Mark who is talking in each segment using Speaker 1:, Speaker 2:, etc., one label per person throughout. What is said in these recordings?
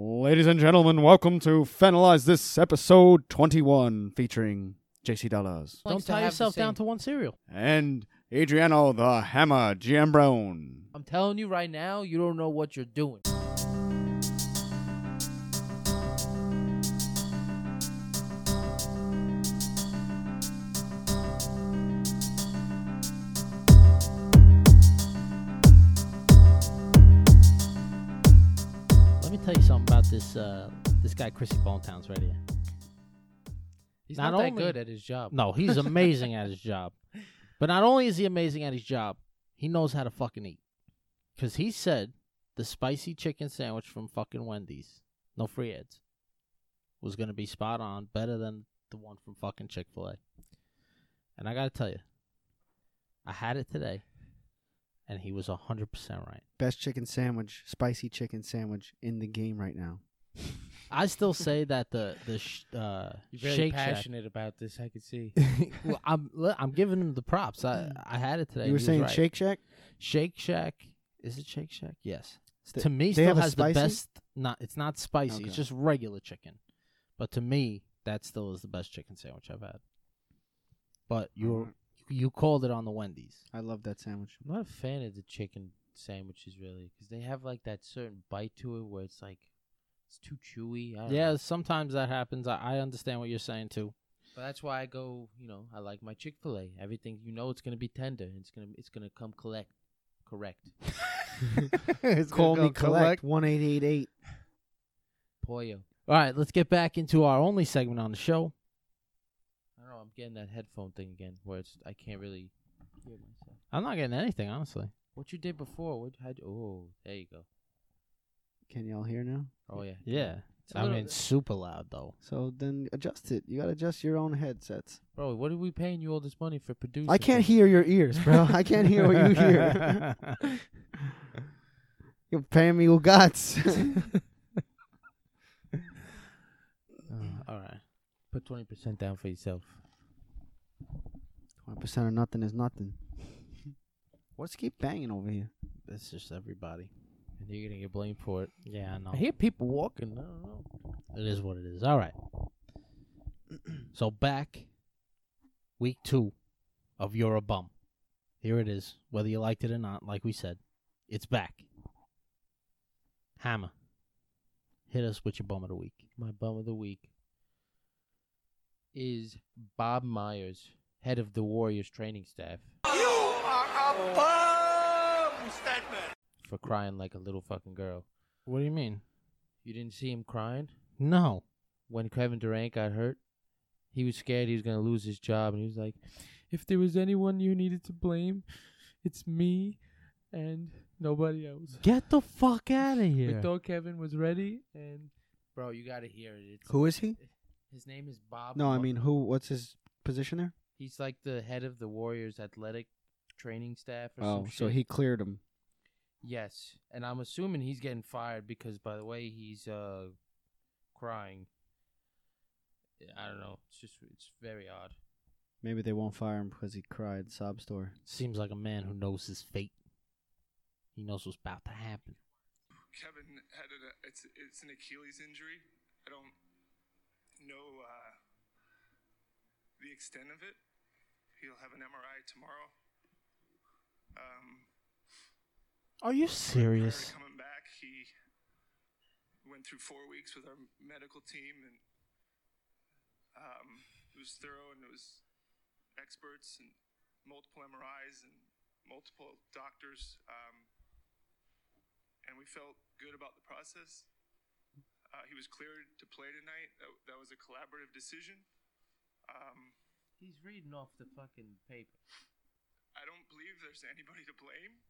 Speaker 1: Ladies and gentlemen, welcome to Finalize This episode 21 featuring JC Dollars
Speaker 2: Don't
Speaker 3: Likes to
Speaker 2: tie
Speaker 3: have the
Speaker 2: yourself down
Speaker 3: same-
Speaker 2: to one cereal.
Speaker 1: and Adriano the Hammer Giambrone.
Speaker 3: I'm telling you right now, you don't know what you're doing.
Speaker 2: Let me tell you something about this uh, this guy Chrissy Bonetowns right here.
Speaker 3: He's
Speaker 2: Not
Speaker 3: not, that
Speaker 2: only-
Speaker 3: good at his job.
Speaker 2: No, he's amazing at his job. But not only is he amazing at his job, he knows how to fucking eat. Cause he said the spicy chicken sandwich from fucking Wendy's, no free ads, was gonna be spot on, better than the one from fucking Chick Fil A. And I gotta tell you, I had it today, and he was hundred percent right.
Speaker 4: best chicken sandwich, spicy chicken sandwich in the game right now.
Speaker 2: I still say that the the sh- uh,
Speaker 3: You're very
Speaker 2: Shake Shack.
Speaker 3: passionate about this, I could see.
Speaker 2: well, I'm li- I'm giving him the props. I I had it today.
Speaker 4: you were
Speaker 2: He was
Speaker 4: saying
Speaker 2: right.
Speaker 4: Shake Shack?
Speaker 2: Shake Shack is it Shake Shack? Yes.
Speaker 4: Th-
Speaker 2: to me,
Speaker 4: they
Speaker 2: still
Speaker 4: have a
Speaker 2: has the
Speaker 4: spicy?
Speaker 2: best. Not it's not spicy.
Speaker 4: Okay.
Speaker 2: It's just regular chicken. But to me, that still is the best chicken sandwich I've had. But you were,
Speaker 4: Alright.
Speaker 2: you called it on the Wendy's.
Speaker 4: I love that sandwich.
Speaker 3: I'm not a fan of the chicken sandwiches, really, because they have like that certain bite to it where it's like it's too chewy. I don't
Speaker 2: Yeah,
Speaker 3: know.
Speaker 2: sometimes that happens. I, I understand what you're saying too.
Speaker 3: but that's why I go. You know, I like my Chick Fil A. Everything you know, it's gonna be tender. And it's gonna it's gonna come collect, correct.
Speaker 4: Call me collect one eight eight eight.
Speaker 3: Pollo.
Speaker 2: All right, let's get back into our only segment on the show.
Speaker 3: I don't know. I'm getting that headphone thing again, where it's I can't really hear myself.
Speaker 2: I'm not getting anything honestly.
Speaker 3: What you did before? What? How'd, oh, there you go.
Speaker 4: Can y'all hear now?
Speaker 3: Oh yeah.
Speaker 2: Yeah,
Speaker 3: It's a
Speaker 2: I
Speaker 3: little-
Speaker 2: mean, super loud though.
Speaker 4: So then adjust it. You gotta adjust your own headsets.
Speaker 3: Bro, what are we paying you all this money for producing?
Speaker 4: I can't
Speaker 3: things?
Speaker 4: hear your ears, bro. I can't hear what you hear. You're paying me guts. Uh,
Speaker 2: all right.
Speaker 3: Put twenty percent down for yourself.
Speaker 4: One percent or nothing is nothing. What's keep banging over here?
Speaker 2: That's just everybody.
Speaker 3: And you're gonna get blamed for it.
Speaker 2: Yeah, I know.
Speaker 3: I hear people walking. I don't know.
Speaker 2: It is what it is. All right. so back week two of You're a Bum. Here it is. Whether you liked it or not, like we said, it's back. Hammer. Hit us with your bum of the week.
Speaker 3: My bum of the week is Bob Myers, head of the Warriors training staff. You are a bum, Statman. For crying like a little fucking girl.
Speaker 2: What do you mean?
Speaker 3: You didn't see him crying
Speaker 2: No.
Speaker 3: when Kevin Durant got hurt. He was scared he was gonna lose his job, and he was like, "If there was anyone you needed to blame, it's me, and nobody else."
Speaker 2: Get the fuck out of here.
Speaker 3: We thought Kevin was ready, and bro, you gotta hear it. It's,
Speaker 4: Who is he?
Speaker 3: His name is Bob.
Speaker 4: No, I
Speaker 3: Mo-
Speaker 4: mean who? What's his position there?
Speaker 3: he's like the head of the Warriors athletic training staff. Or
Speaker 4: Oh,
Speaker 3: some
Speaker 4: so
Speaker 3: shit.
Speaker 4: he cleared him.
Speaker 3: Yes, and I'm assuming he's getting fired because, by the way, he's uh crying. I don't know. It's just it's very odd.
Speaker 4: Maybe they won't fire him because he cried. Sob story.
Speaker 2: Seems like a man who knows his fate. He knows what's about to happen.
Speaker 5: Kevin had an it's it's an Achilles injury. I don't know uh, the extent of it. He'll have an MRI tomorrow. Um,
Speaker 2: Are you
Speaker 5: prior to
Speaker 2: serious?
Speaker 5: coming back, he went through four weeks with our medical team, and um, it was thorough, and it was experts and multiple MRIs and multiple doctors, um, and we felt good about the process. Uh, he was cleared to play tonight. That, that was a collaborative decision. Um,
Speaker 3: He's reading off the fucking paper.
Speaker 5: I don't believe there's anybody to blame,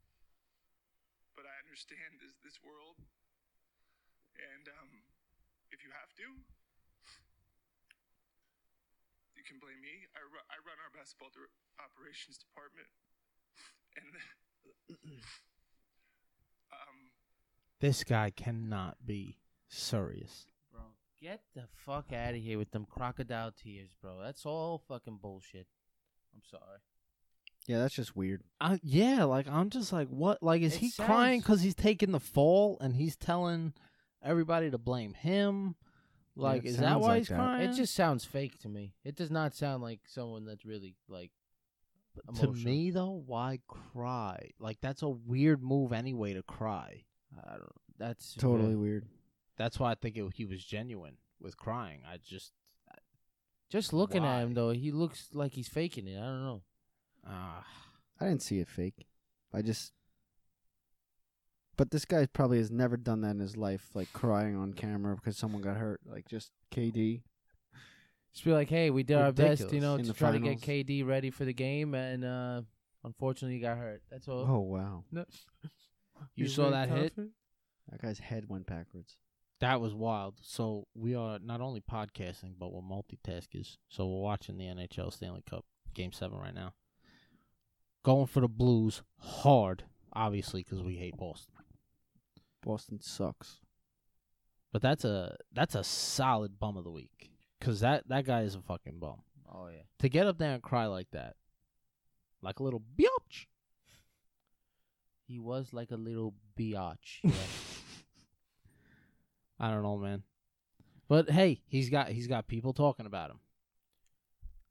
Speaker 5: but I understand this this world, and um, if you have to, you can blame me. I, ru- I run our basketball dir- operations department, and um,
Speaker 2: This guy cannot be serious.
Speaker 3: Bro, get the fuck out of here with them crocodile tears, bro. That's all fucking bullshit. I'm sorry.
Speaker 4: Yeah, that's just weird.
Speaker 2: I, yeah, like I'm just like, what? Like, is
Speaker 3: It
Speaker 2: he
Speaker 3: sounds-
Speaker 2: crying because he's taking the fall and he's telling everybody to blame him. Like,
Speaker 1: it
Speaker 2: is that
Speaker 1: sounds
Speaker 2: why
Speaker 1: like
Speaker 2: he's
Speaker 1: that.
Speaker 4: Oh,
Speaker 2: crying?
Speaker 3: It just sounds fake to me. It does not sound like someone that's really like.
Speaker 2: But to
Speaker 3: emotional.
Speaker 2: me though, why cry? Like that's a weird move anyway to cry.
Speaker 3: I don't. That's
Speaker 4: Totally
Speaker 3: yeah.
Speaker 4: weird.
Speaker 2: That's why I think it, he was genuine with crying. I just
Speaker 3: Just looking at
Speaker 2: Why?
Speaker 3: him though, he looks like he's faking it. I don't know.
Speaker 2: ah,
Speaker 4: I didn't see it fake. I just. But this guy probably has never done that in his life, like crying on camera because someone got hurt. Like just KD.
Speaker 3: Just be like, hey, we did our best, you
Speaker 4: Ridiculous.
Speaker 3: know,
Speaker 4: In
Speaker 3: to
Speaker 4: the
Speaker 3: try
Speaker 4: finals.
Speaker 3: to get KD ready for the game, and uh unfortunately, he got hurt. That's all.
Speaker 4: Oh wow,
Speaker 3: No.
Speaker 2: You
Speaker 3: He's
Speaker 2: saw
Speaker 3: really
Speaker 2: that hit?
Speaker 3: confident.
Speaker 4: that guy's head went backwards.
Speaker 2: that was wild. So we are not only podcasting, but we're multitaskers. So we're watching the NHL Stanley Cup Game Seven right now. Going for the Blues hard, obviously, because we hate Boston.
Speaker 4: Boston sucks.
Speaker 2: But that's a that's a solid bum of the week, because that that guy is a fucking bum.
Speaker 3: Oh yeah.
Speaker 2: to get up there and cry like that, like a little biatch.
Speaker 3: He was like a little biatch. Yeah.
Speaker 2: I don't know, man. But hey, he's got he's got people talking about him.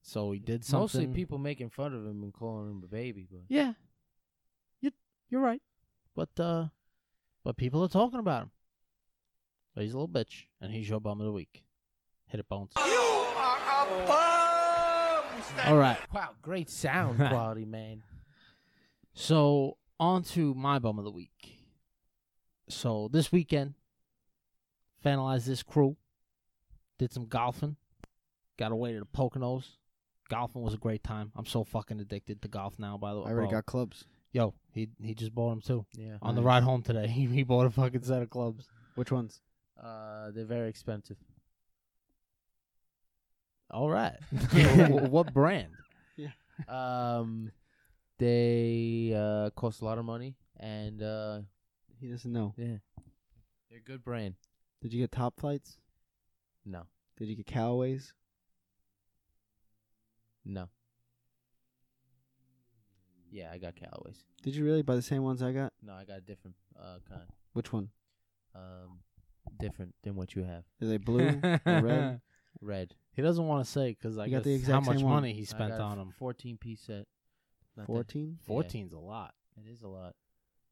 Speaker 2: So he did something.
Speaker 3: Mostly people making fun of him and calling him a baby, but
Speaker 2: Yeah, you you're right. But uh, but people are talking about him. But he's a little bitch, and he's your bum of the week. Hit it, bones. All right.
Speaker 3: wow, great sound quality, man.
Speaker 2: So on to my bum of the week. So this weekend, finalized this crew. Did some golfing. Got away to the Poconos. Golfing was a great time. I'm so fucking addicted to golf now. By the way,
Speaker 4: I already
Speaker 2: Well,
Speaker 4: got clubs.
Speaker 2: yo. He he just bought them too
Speaker 3: Yeah.
Speaker 2: on the
Speaker 4: Nice.
Speaker 2: ride home today. He, he bought a fucking set of clubs.
Speaker 4: Which ones?
Speaker 3: Uh, they're very expensive.
Speaker 2: All right. Wh- wh- what brand?
Speaker 3: Um, they uh cost a lot of money, and uh,
Speaker 4: He doesn't know.
Speaker 3: yeah, they're a good brand.
Speaker 4: Did you get top flights?
Speaker 3: No,
Speaker 4: Did you get Callaways?
Speaker 3: no. Yeah, I got Callaways.
Speaker 4: Did you really buy the same ones I got?
Speaker 3: No, I got a different uh kind.
Speaker 4: Which one?
Speaker 3: Um, different than what you have.
Speaker 4: Are they blue or red?
Speaker 3: Red.
Speaker 2: He doesn't want to say because I
Speaker 4: You got the
Speaker 2: guess how
Speaker 4: exact
Speaker 2: much
Speaker 4: same one.
Speaker 2: money he
Speaker 3: I
Speaker 2: spent
Speaker 3: got a
Speaker 2: on them.
Speaker 3: Fourteen piece set. Not that-
Speaker 4: Fourteen.
Speaker 3: yeah,
Speaker 2: Fourteen's a lot.
Speaker 3: it is a lot.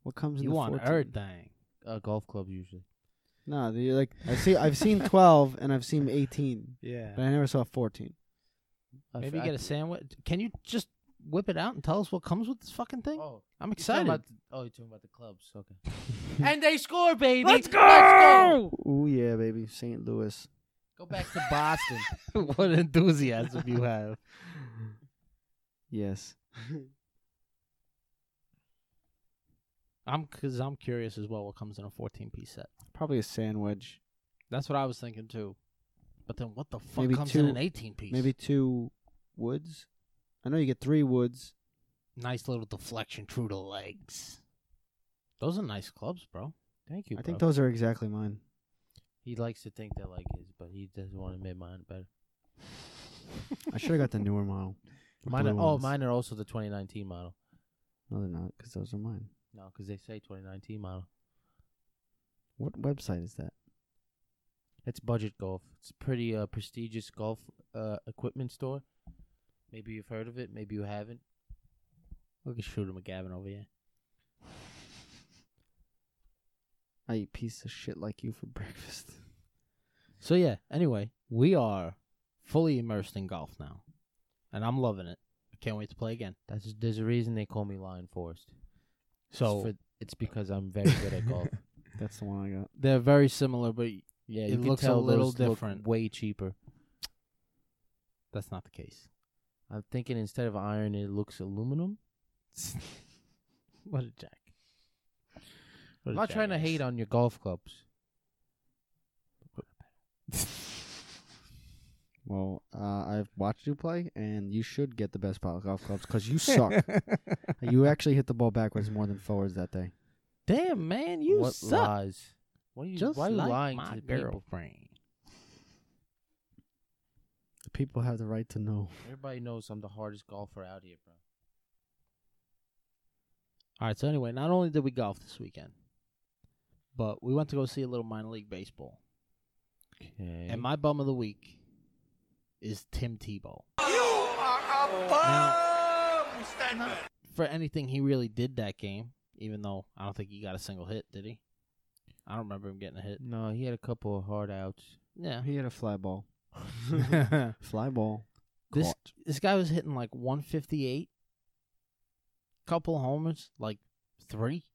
Speaker 4: What comes in
Speaker 2: You
Speaker 4: the
Speaker 2: want
Speaker 4: 14?
Speaker 2: everything.
Speaker 3: Uh, golf clubs usually.
Speaker 4: No, they like I see. I've seen twelve and I've seen eighteen,
Speaker 2: Yeah.
Speaker 4: but I never saw fourteen.
Speaker 3: I
Speaker 2: Maybe
Speaker 3: f-
Speaker 2: get
Speaker 3: I-
Speaker 2: a sandwich. Can you just whip it out and tell us what comes with this fucking thing?
Speaker 3: Oh,
Speaker 2: I'm
Speaker 3: you're talking
Speaker 2: excited.
Speaker 3: about the- oh, you're talking about the clubs. Okay. and they score, baby.
Speaker 2: Let's Oh!
Speaker 3: go!
Speaker 4: Ooh yeah, baby, St. Louis.
Speaker 3: Go back to Boston.
Speaker 2: what enthusiasm you have.
Speaker 4: Yes.
Speaker 2: I'm cuz I'm curious as well what comes in a 14 piece set.
Speaker 4: Probably a sandwich.
Speaker 2: That's what I was thinking too. But then what the fuck
Speaker 4: Maybe
Speaker 2: comes
Speaker 4: two-
Speaker 2: in an 18 piece?
Speaker 4: Maybe two woods. I know you get three woods.
Speaker 2: nice little deflection through the legs. Those are nice clubs, bro.
Speaker 3: Thank you.
Speaker 4: I think those are exactly mine.
Speaker 3: he likes to think they're like his, but he doesn't want to admit mine better.
Speaker 4: I should have got the newer model. The
Speaker 3: Mine are,
Speaker 4: blue
Speaker 3: oh,
Speaker 4: ones.
Speaker 3: mine are also the 2019 model.
Speaker 4: No, they're not, because those are mine.
Speaker 3: No, because they say 2019 model.
Speaker 4: What website is that?
Speaker 3: It's Budget Golf. It's a pretty uh, prestigious golf uh, equipment store. Maybe you've heard of it. Maybe you haven't.
Speaker 2: Look at Shooter McGavin over here.
Speaker 4: I eat piece of shit like you for breakfast.
Speaker 2: So yeah, anyway, we are fully immersed in golf now. And I'm loving it. I can't wait to play again.
Speaker 3: That's there's a reason they call me Lion Forest. It's
Speaker 2: So
Speaker 3: for- it's because I'm very good at golf.
Speaker 4: That's the one I got.
Speaker 2: they're very similar, but
Speaker 3: Yeah,
Speaker 2: It
Speaker 3: you can
Speaker 2: looks a
Speaker 3: tell
Speaker 2: little
Speaker 3: those look
Speaker 2: different.
Speaker 3: way cheaper.
Speaker 2: that's not the case.
Speaker 3: I'm thinking instead of iron, it looks aluminum.
Speaker 2: what a jack. What
Speaker 3: I'm not trying to hate on your golf clubs.
Speaker 4: Well, uh, I've watched you play, and you should get the best pile of golf clubs because you suck. you actually hit the ball backwards more than forwards that day.
Speaker 2: Damn, man, you
Speaker 3: what
Speaker 2: suck.
Speaker 3: lies? What are you?
Speaker 2: Just
Speaker 3: why are you
Speaker 2: like
Speaker 3: lying
Speaker 2: my
Speaker 3: to the people?
Speaker 2: girlfriend.
Speaker 4: The people have the right to know.
Speaker 3: Everybody knows I'm the hardest golfer out here, bro.
Speaker 2: All right. So anyway, not only did we golf this weekend, but we went to go see a little minor league baseball.
Speaker 3: Okay.
Speaker 2: And my bum of the week is Tim Tebow. for anything he really did that game, even though I don't think he got a single hit, did he? I don't remember him getting a hit.
Speaker 3: no, he had a couple of hard outs.
Speaker 2: Yeah.
Speaker 4: He had a fly ball. fly ball.
Speaker 2: This
Speaker 4: Caught.
Speaker 2: this guy was hitting like 158, couple homers, like three,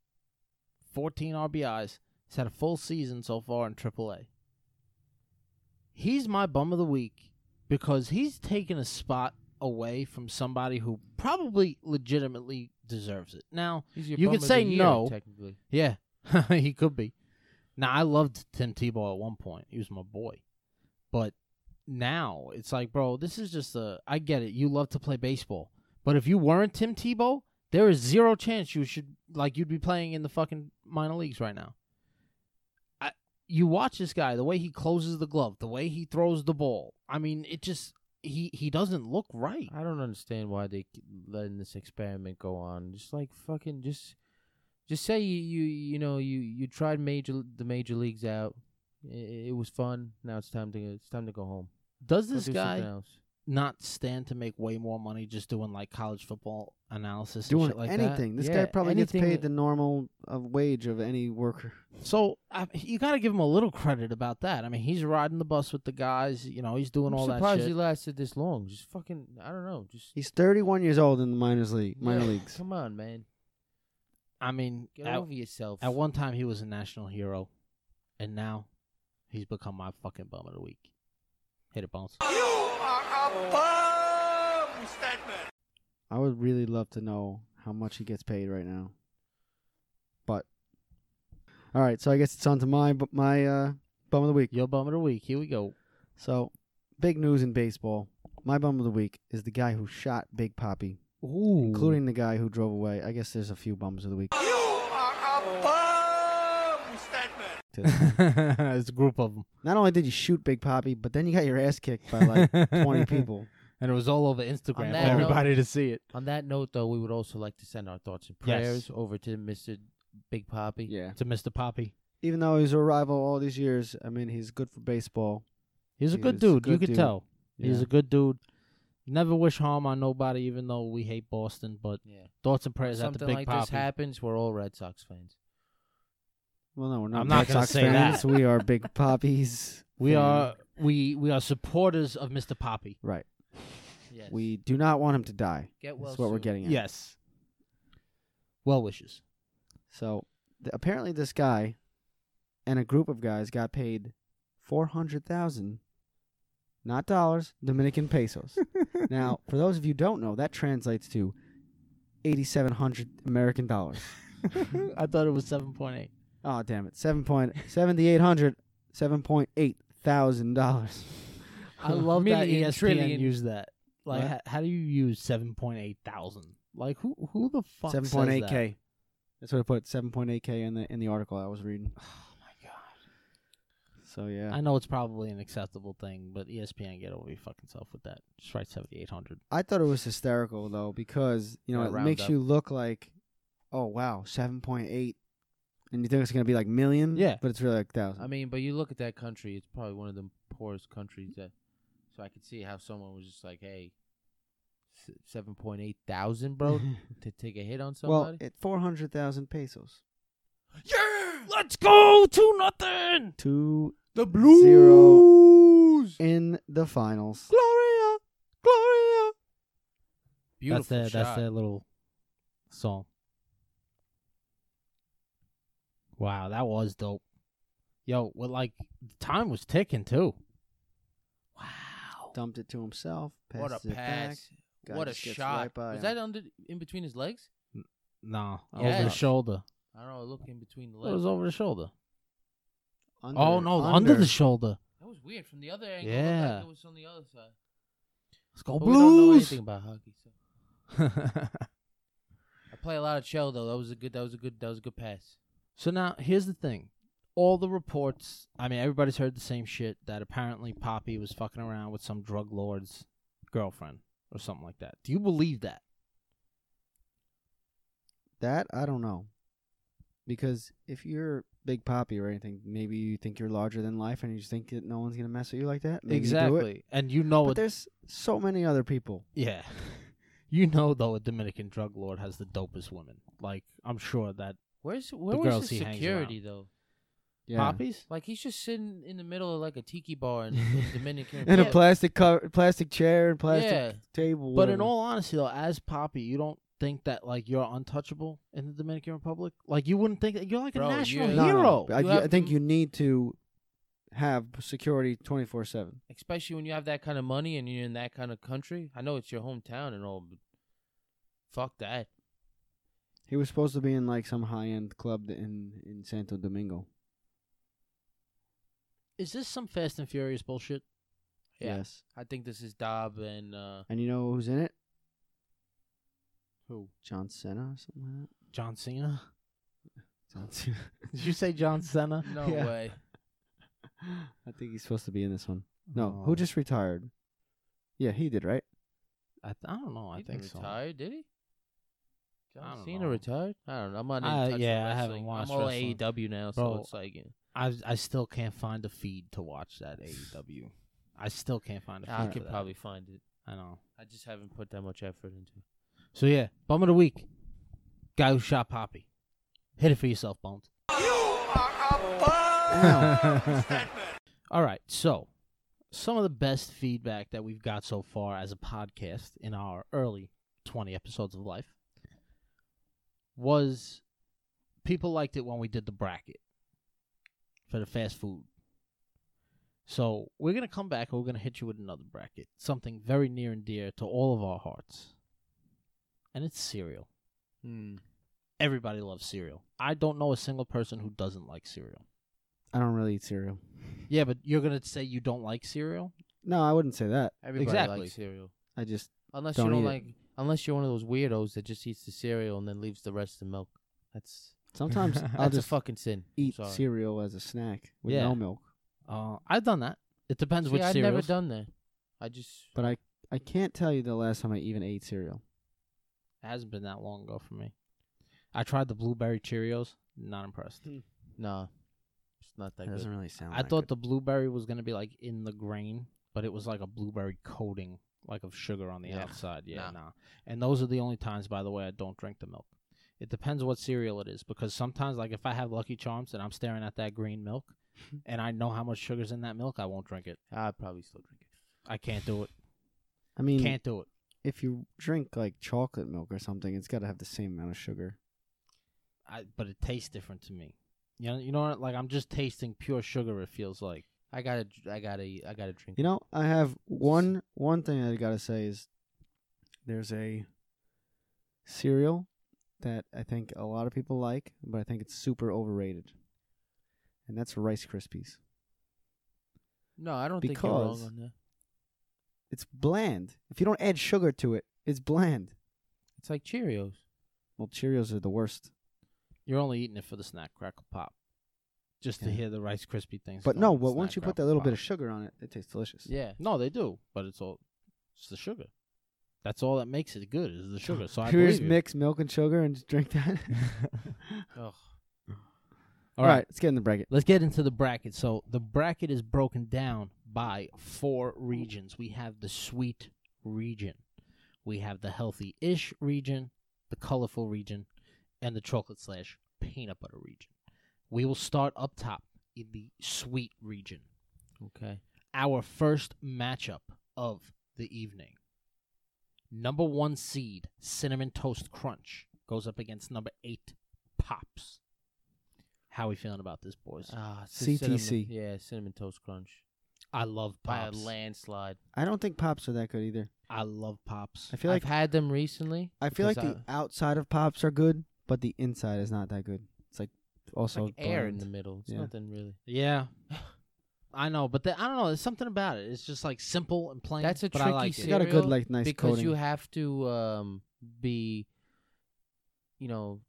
Speaker 2: 14 RBIs. He's had a full season so far in AAA. He's my bum of the week because he's taken a spot away from somebody who probably legitimately deserves it. Now,
Speaker 3: He's your
Speaker 2: You
Speaker 3: bum
Speaker 2: could
Speaker 3: of
Speaker 2: say
Speaker 3: the year,
Speaker 2: no.
Speaker 3: Technically,
Speaker 2: Yeah, he could be. Now I loved Tim Tebow at one point. He was my boy, but now it's like, bro, this is just a. I get it. You love to play baseball, but if you weren't Tim Tebow, there is zero chance you should like you'd be playing in the fucking minor leagues right now. I, you watch this guy, the way he closes the glove, the way he throws the ball. I mean, it just he he doesn't look right.
Speaker 3: I don't understand why they keep letting this experiment go on. Just like fucking, just, just say you you you know you you tried major the major leagues out. It, it was fun. Now it's time to it's time to go home.
Speaker 2: Does
Speaker 3: Go
Speaker 2: this
Speaker 3: do
Speaker 2: guy
Speaker 3: something else.
Speaker 2: not stand to make way more money just doing like college football analysis and
Speaker 4: Doing
Speaker 2: shit like that?
Speaker 4: anything. This
Speaker 3: Yeah,
Speaker 4: guy probably gets
Speaker 3: anything
Speaker 4: paid
Speaker 3: that-
Speaker 4: the normal uh, wage of any worker.
Speaker 2: So I, you got to give him a little credit about that. I mean, he's riding the bus with the guys. You know, he's doing
Speaker 3: I'm
Speaker 2: all that
Speaker 3: surprised
Speaker 2: shit.
Speaker 3: he lasted this long. Just fucking, I don't know. Just
Speaker 4: He's 31 years old in the minors league, minor
Speaker 3: Yeah,
Speaker 4: leagues.
Speaker 3: Come on, man,
Speaker 2: I mean,
Speaker 3: get
Speaker 2: at,
Speaker 3: over yourself.
Speaker 2: at one time he was a national hero, and now he's become my fucking bum of the week. Hit it, bones.
Speaker 4: I would really love to know how much he gets paid right now. But all right, so I guess it's on to my bu- my uh, bum of the week.
Speaker 2: Your bum of the week. Here we go.
Speaker 4: So big news in baseball. My bum of the week is the guy who shot Big Poppy,
Speaker 2: Ooh,
Speaker 4: including the guy who drove away. I guess there's a few bums of the week.
Speaker 2: it's a group of them,
Speaker 4: Not only did you shoot Big Poppy, but then you got your ass kicked by like 20 people.
Speaker 2: and it was all over Instagram
Speaker 3: On
Speaker 2: for
Speaker 3: that note-
Speaker 2: everybody to see it.
Speaker 3: On that note, though, we would also like to send our thoughts and
Speaker 2: Yes.
Speaker 3: prayers over to Mister Big Poppy.
Speaker 4: Yeah.
Speaker 2: To Mr. Poppy,
Speaker 4: Even though he's a rival all these years, I mean, he's good for baseball.
Speaker 2: he's a
Speaker 4: He
Speaker 2: good
Speaker 4: was a
Speaker 2: dude. you
Speaker 4: good
Speaker 2: could
Speaker 4: dude.
Speaker 2: tell he's
Speaker 4: Yeah.
Speaker 2: a good dude. Never wish harm on nobody, even though we hate Boston. But
Speaker 3: Yeah.
Speaker 2: thoughts and prayers at the
Speaker 3: Something
Speaker 2: Big
Speaker 3: like this
Speaker 2: Poppy.
Speaker 3: happens, we're all Red Sox fans.
Speaker 4: Well, no, we're not.
Speaker 2: I'm not
Speaker 4: Red
Speaker 2: gonna
Speaker 4: Sox
Speaker 2: say
Speaker 4: fans.
Speaker 2: that.
Speaker 4: We are Big Poppies.
Speaker 2: We
Speaker 4: fan.
Speaker 2: are we we are supporters of Mr. Poppy.
Speaker 4: right.
Speaker 3: Yes.
Speaker 4: We do not want him to die.
Speaker 3: get well.
Speaker 4: That's what we're
Speaker 3: soon.
Speaker 4: getting at.
Speaker 2: Yes. Well wishes.
Speaker 4: So th- apparently, this guy and a group of guys got paid four hundred thousand, not dollars, Dominican pesos. now, for those of you who don't know, that translates to eighty-seven hundred American dollars.
Speaker 2: I thought it was seven point eight.
Speaker 4: Oh damn it! Seven point seventy-eight hundred, seven point eight thousand dollars.
Speaker 2: I love
Speaker 3: Million,
Speaker 2: that E ESPN
Speaker 3: trillion.
Speaker 2: used that. Like,
Speaker 4: What?
Speaker 2: h- how do you use seven point eight thousand? Like, who who the fuck?
Speaker 4: Seven
Speaker 2: says
Speaker 4: point eight
Speaker 2: that?
Speaker 4: k. That's what I put. Seven point eight k in the in the article I was reading.
Speaker 2: Oh my god!
Speaker 4: So yeah,
Speaker 2: I know it's probably an acceptable thing, but E ESPN get over your fucking self with that. Just write seventy eight hundred.
Speaker 4: I thought it was hysterical though because you know
Speaker 3: Yeah,
Speaker 4: it
Speaker 3: round
Speaker 4: makes
Speaker 3: up.
Speaker 4: you look like, oh wow, seven point eight, and you think it's gonna be like million.
Speaker 2: Yeah.
Speaker 4: but it's really like thousand.
Speaker 3: I mean, but you look at that country; it's probably one of the poorest countries. That, so I could see how someone was just like, "Hey, seven point eight thousand, bro, to take a hit on
Speaker 4: well,
Speaker 3: somebody."
Speaker 4: at four hundred thousand pesos,
Speaker 2: Yeah, let's go to nothing.
Speaker 4: two
Speaker 3: the
Speaker 4: Blues! in the finals.
Speaker 3: Gloria, Gloria. Beautiful
Speaker 2: That's their
Speaker 3: shot.
Speaker 2: that's their little song. Wow, that was dope. Yo, well, like time was ticking too. Wow.
Speaker 4: Dumped it to himself. Passed
Speaker 3: what a
Speaker 4: it back.
Speaker 3: pass!
Speaker 4: Guy
Speaker 3: What a
Speaker 4: just gets
Speaker 3: shot!
Speaker 4: right by
Speaker 3: was
Speaker 4: him.
Speaker 3: that under in between his legs?
Speaker 2: Nah, over the
Speaker 3: Yes.
Speaker 2: shoulder.
Speaker 3: I don't know. Look in between the
Speaker 2: It
Speaker 3: legs.
Speaker 2: was over the shoulder.
Speaker 4: Under,
Speaker 2: oh no, under. the shoulder.
Speaker 3: that was weird. From the other angle, it looked
Speaker 2: Yeah.
Speaker 3: like it was on the other side.
Speaker 2: Let's go
Speaker 3: But we don't know
Speaker 2: blues.
Speaker 3: anything about hockey. So. I play a lot of shell though. That was a good. That was a good. That was a good pass.
Speaker 2: so now here's the thing. All the reports, I mean, everybody's heard the same shit that apparently Poppy was fucking around with some drug lord's girlfriend or something like that. Do you believe that?
Speaker 4: That I don't know. Because if you're Big Poppy or anything, maybe you think you're larger than life and you just think that no one's gonna mess with you like that. Maybe you do it.
Speaker 2: exactly. And you know
Speaker 3: Oh,
Speaker 4: But
Speaker 2: it.
Speaker 4: there's so many other people.
Speaker 2: Yeah. You know, though, a Dominican drug lord has the dopest women. Like, I'm sure that.
Speaker 3: Where's where
Speaker 2: girls
Speaker 3: was
Speaker 2: he
Speaker 3: his
Speaker 2: hangs
Speaker 3: security though?
Speaker 4: Yeah.
Speaker 2: Poppies?
Speaker 3: Like he's just sitting in the middle of like a tiki bar in, in Dominican.
Speaker 4: And
Speaker 3: Yeah,
Speaker 4: a plastic cover, plastic chair and plastic
Speaker 3: Yeah.
Speaker 4: table.
Speaker 2: But in
Speaker 4: whatever.
Speaker 2: all honesty, though, as Poppy, you don't think that, like, you're untouchable in the Dominican Republic? Like, you wouldn't think that. You're like
Speaker 3: Bro,
Speaker 2: a national
Speaker 3: you're-
Speaker 4: No, no,
Speaker 2: hero.
Speaker 4: no. I,
Speaker 3: You
Speaker 4: I
Speaker 3: have
Speaker 4: think
Speaker 3: to-
Speaker 4: you need to have security twenty four seven.
Speaker 3: Especially when you have that kind of money and you're in that kind of country. I know it's your hometown and all, but fuck that.
Speaker 4: He was supposed to be in like some high end club in in Santo Domingo.
Speaker 2: Is this some Fast and Furious bullshit?
Speaker 3: Yeah.
Speaker 4: Yes.
Speaker 3: I think this is Dob and uh
Speaker 4: And you know who's in it?
Speaker 2: Who?
Speaker 4: John Cena or something like
Speaker 2: John Cena?
Speaker 4: that. John Cena.
Speaker 2: Did you say John Cena?
Speaker 3: no
Speaker 4: Yeah.
Speaker 3: way.
Speaker 4: I think he's supposed to be in this one.
Speaker 2: Oh.
Speaker 4: No,
Speaker 2: Um,
Speaker 4: who just retired? Yeah, he did, right?
Speaker 2: I, th- I don't know. I
Speaker 3: he
Speaker 2: think so.
Speaker 3: retired, did he?
Speaker 2: I don't
Speaker 3: John Cena
Speaker 2: know.
Speaker 3: retired? I don't know. I'm not. in
Speaker 2: I-
Speaker 3: touch with
Speaker 2: yeah, I
Speaker 3: wrestling.
Speaker 2: haven't watched
Speaker 3: I'm all
Speaker 2: wrestling.
Speaker 3: AEW now,
Speaker 2: Bro.
Speaker 3: so it's like
Speaker 2: I I still can't find a feed to watch that AEW. I still can't find a feed.
Speaker 3: I
Speaker 2: for
Speaker 3: could
Speaker 2: that.
Speaker 3: probably find it.
Speaker 2: I know.
Speaker 3: I just haven't put that much effort into. it.
Speaker 2: So yeah, bum of the week. Guy who shot Poppy. Hit it for yourself, Bones. All right, so some of the best feedback that we've got so far as a podcast in our early 20 episodes of life was people liked it when we did the bracket for the fast food. So we're going to come back and we're going to hit you with another bracket, something very near and dear to all of our hearts. And it's cereal. Everybody loves cereal. I don't know a single person who doesn't like cereal.
Speaker 4: I don't really eat cereal.
Speaker 2: Yeah, but you're going to say you don't like cereal?
Speaker 4: No, I wouldn't say that.
Speaker 3: Everybody
Speaker 2: Exactly.
Speaker 3: likes cereal,
Speaker 4: I just
Speaker 3: unless
Speaker 4: Don't
Speaker 3: you
Speaker 4: eat
Speaker 3: don't
Speaker 4: it.
Speaker 3: like. Unless you're one of those weirdos that just eats the cereal and then leaves the rest of the milk. That's
Speaker 4: sometimes I'll
Speaker 3: that's a
Speaker 4: just
Speaker 3: fucking sin. I'm
Speaker 4: eat
Speaker 3: sorry.
Speaker 4: cereal as a snack with
Speaker 2: Yeah.
Speaker 4: no milk.
Speaker 2: Uh, I've done that. It depends
Speaker 3: See,
Speaker 2: which
Speaker 3: I've
Speaker 2: cereal.
Speaker 3: never done that. I just
Speaker 4: But I I can't tell you the last time I even ate cereal.
Speaker 2: It hasn't been that long ago for me. I tried the blueberry Cheerios. Not impressed.
Speaker 3: nah. It's not that good.
Speaker 4: really sound.
Speaker 2: I thought the blueberry was gonna be like in the grain, but it was like a blueberry coating, like of sugar on the
Speaker 3: Yeah,
Speaker 2: outside.
Speaker 3: nah.
Speaker 2: Yeah, nah. And those are the only times, by the way, I don't drink the milk. It depends what cereal it is, because sometimes, like if I have Lucky Charms and I'm staring at that green milk, and I know how much sugar's in that milk, I won't drink it.
Speaker 3: I probably still drink it.
Speaker 2: I can't do it.
Speaker 4: I mean,
Speaker 2: Can't do it.
Speaker 4: if you drink like chocolate milk or something, it's got to have the same amount of sugar.
Speaker 2: I, but it tastes different to me. You know, you know, what? like I'm just tasting pure sugar. It feels like.
Speaker 3: I gotta, dr- I gotta, eat- I gotta drink.
Speaker 4: You know, I have one one thing I gotta say is there's a cereal that I think a lot of people like, but I think it's super overrated, and that's Rice Krispies.
Speaker 3: No, I don't think you're wrong
Speaker 4: Because-
Speaker 3: on that.
Speaker 4: It's bland. If you don't add sugar to it, it's bland.
Speaker 3: It's like Cheerios.
Speaker 4: Well, Cheerios are the worst.
Speaker 2: You're only eating it for the snack crackle pop, just to
Speaker 4: Yeah.
Speaker 2: hear the Rice crispy things.
Speaker 4: But
Speaker 2: going
Speaker 4: no,
Speaker 2: with
Speaker 4: but
Speaker 2: snack
Speaker 4: once you put
Speaker 2: Crackle
Speaker 4: that little bit
Speaker 2: Pop.
Speaker 4: of sugar on it, it tastes delicious.
Speaker 3: Yeah.
Speaker 2: no, they do. But it's all it's the sugar. That's all that makes it good is the sugar. So I
Speaker 4: If you
Speaker 2: believe
Speaker 4: just
Speaker 2: you.
Speaker 4: mix milk and sugar and just drink that.
Speaker 3: Ugh.
Speaker 4: All right, let's get in the bracket.
Speaker 2: Let's get into the bracket. So the bracket is broken down by four regions. We have the sweet region, we have the healthy ish region, the colorful region, and the chocolate slash peanut butter region. We will start up top in the sweet region.
Speaker 3: Okay.
Speaker 2: Our first matchup of the evening. Number one seed, Cinnamon Toast Crunch, goes up against number eight, Pops. How we feeling about this, boys?
Speaker 3: Ah, it's the cinnamon-
Speaker 4: CTC.
Speaker 3: yeah, cinnamon toast crunch
Speaker 2: I love
Speaker 3: by a
Speaker 2: pops.
Speaker 3: landslide.
Speaker 4: I don't think pops are that good either.
Speaker 2: I love pops.
Speaker 4: I feel like
Speaker 3: I've had them recently.
Speaker 4: I feel like
Speaker 3: because
Speaker 4: the outside of pops are good, but the inside is not that good. It's like
Speaker 3: it's
Speaker 4: also
Speaker 3: like air in the
Speaker 4: bland.
Speaker 3: middle. It's
Speaker 4: Yeah.
Speaker 3: nothing really.
Speaker 2: Yeah, I know, but the, I don't know. There's something about it. It's just like simple and plain.
Speaker 3: That's a
Speaker 2: but I
Speaker 3: tricky
Speaker 2: like
Speaker 4: It's
Speaker 2: it.
Speaker 3: cereal.
Speaker 4: got a good like nice
Speaker 3: because
Speaker 4: coating.
Speaker 3: you have to um, be, you know,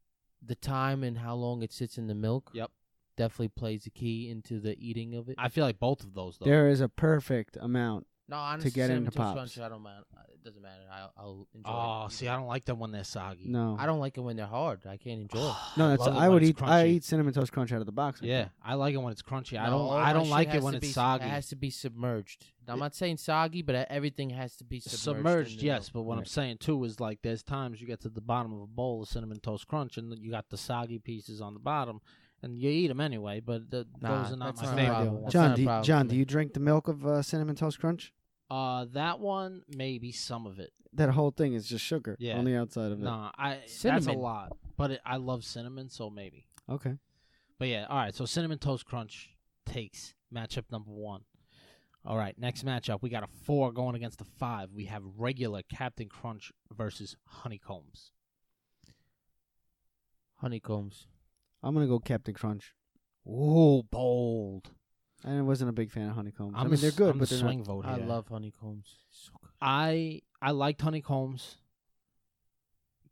Speaker 3: the time and how long it sits in the milk.
Speaker 2: Yep.
Speaker 3: Definitely plays a key into the eating of it.
Speaker 2: I feel like both of those though.
Speaker 4: there is a perfect amount
Speaker 3: No, honestly,
Speaker 4: get
Speaker 3: cinnamon
Speaker 4: into Pops.
Speaker 3: toast crunch, I don't matter. It doesn't matter. I'll, I'll enjoy.
Speaker 2: Oh,
Speaker 3: it.
Speaker 2: see, I don't like them when they're soggy.
Speaker 4: No,
Speaker 3: I don't like it when they're hard. I can't enjoy. it.
Speaker 4: No, that's
Speaker 2: love it
Speaker 4: I
Speaker 2: when
Speaker 4: would
Speaker 2: it's
Speaker 4: eat. I
Speaker 2: crunchy.
Speaker 4: eat cinnamon toast crunch out of the box. I
Speaker 2: Yeah,
Speaker 4: think.
Speaker 2: I like it when it's crunchy. I
Speaker 3: No,
Speaker 2: don't.
Speaker 3: all
Speaker 2: I
Speaker 3: my
Speaker 2: don't
Speaker 3: shit
Speaker 2: like it
Speaker 3: has
Speaker 2: when
Speaker 3: to
Speaker 2: it's
Speaker 3: be-
Speaker 2: soggy.
Speaker 3: It has to be submerged. I'm not saying soggy, but everything has to be submerged. in
Speaker 2: submerged,
Speaker 3: the
Speaker 2: yes.
Speaker 3: milk.
Speaker 2: But what I'm saying too is like there's times you get to the bottom of a bowl of cinnamon toast crunch and you got the soggy pieces on the bottom, and you eat them anyway. But the,
Speaker 3: Nah,
Speaker 2: those are not
Speaker 3: that's
Speaker 2: my
Speaker 3: not
Speaker 2: favorite.
Speaker 3: my deal.
Speaker 2: ones.
Speaker 3: That's
Speaker 4: John,
Speaker 3: not a
Speaker 4: do you,
Speaker 3: problem
Speaker 4: John,
Speaker 3: for
Speaker 4: do
Speaker 3: me.
Speaker 4: you drink the milk of uh, cinnamon toast crunch?
Speaker 2: Uh, that one maybe some of it.
Speaker 4: That whole thing is just sugar
Speaker 2: Yeah.
Speaker 4: on the outside of it.
Speaker 2: Nah, I that's
Speaker 3: Cinnamon.
Speaker 2: a lot. But it, I love cinnamon, so maybe.
Speaker 4: Okay.
Speaker 2: But yeah, all right. So cinnamon toast crunch takes matchup number one. All right, next matchup we got a four going against a five. We have regular Captain Crunch versus Honeycombs.
Speaker 3: honeycombs.
Speaker 4: I'm gonna go Captain Crunch.
Speaker 2: Ooh, bold.
Speaker 4: I wasn't a big fan of honeycombs. i
Speaker 2: I'm
Speaker 4: mean,
Speaker 2: a
Speaker 4: they're
Speaker 2: s-
Speaker 4: good,
Speaker 2: I'm
Speaker 4: but
Speaker 2: a
Speaker 4: they're
Speaker 2: swing
Speaker 4: not.
Speaker 2: vote.
Speaker 3: I
Speaker 2: here.
Speaker 3: love honeycombs. So good.
Speaker 2: I I liked Honeycombs.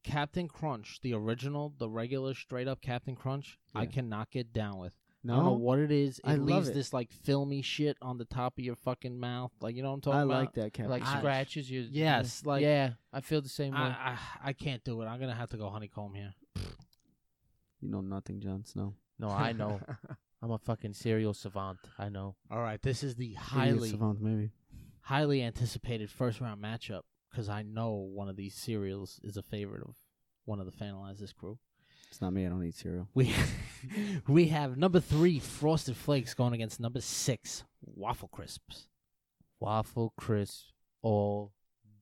Speaker 2: Captain Crunch, the original, the regular, straight up Captain Crunch, I
Speaker 4: Yeah.
Speaker 2: cannot get down with. I don't know
Speaker 4: No,
Speaker 2: what it is. It
Speaker 4: I love
Speaker 2: leaves
Speaker 4: it.
Speaker 2: this like filmy shit on the top of your fucking mouth. Like you know what I'm talking
Speaker 4: I
Speaker 2: about?
Speaker 4: like that Captain.
Speaker 3: Like
Speaker 2: I-
Speaker 4: Crunch.
Speaker 3: scratches your
Speaker 2: Yes, like
Speaker 3: yeah, I feel the same way.
Speaker 2: I, I I can't do it. I'm gonna have to go honeycomb here.
Speaker 4: You know nothing, John Snow.
Speaker 3: No, I know. I'm a fucking serial savant. I know.
Speaker 2: All right, this is the
Speaker 4: Idiot
Speaker 2: highly
Speaker 4: savant, maybe.
Speaker 2: highly anticipated first round matchup because I know one of these cereals is a favorite of one of the Fanalize this crew.
Speaker 4: It's not me. I don't eat cereal.
Speaker 2: We we have number three Frosted Flakes going against number six Waffle Crisps.
Speaker 3: Waffle crisp all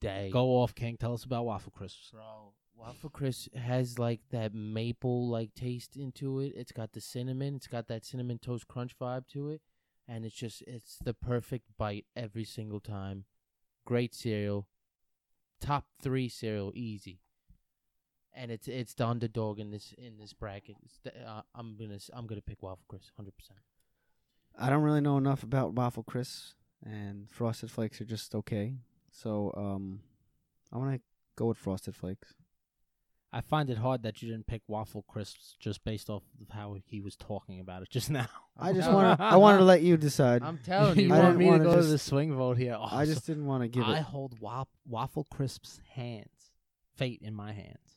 Speaker 3: day.
Speaker 2: Go off, King. Tell us about Waffle Crisps.
Speaker 3: Bro, waffle crisp has like that maple like taste into it. It's got the cinnamon. It's got that cinnamon toast crunch vibe to it, and it's just it's the perfect bite every single time. Great cereal, top three cereal, easy. And it's it's the underdog in this in this bracket. It's the, uh, I'm gonna s- I'm gonna pick waffle crisp, hundred percent.
Speaker 4: I don't really know enough about waffle crisps, and frosted flakes are just okay. So, um, I'm gonna go with frosted flakes.
Speaker 2: I find it hard that you didn't pick Waffle Crisps just based off of how he was talking about it just now.
Speaker 4: I just want. I wanted to let you decide.
Speaker 3: I'm telling
Speaker 2: you
Speaker 3: you,
Speaker 4: I didn't
Speaker 2: want me to
Speaker 4: wanna
Speaker 2: go to
Speaker 4: just-
Speaker 2: the swing vote here? Oh,
Speaker 4: I just didn't want to give
Speaker 2: I
Speaker 4: it.
Speaker 2: hold wop, waffle crisps hands, fate in my hands.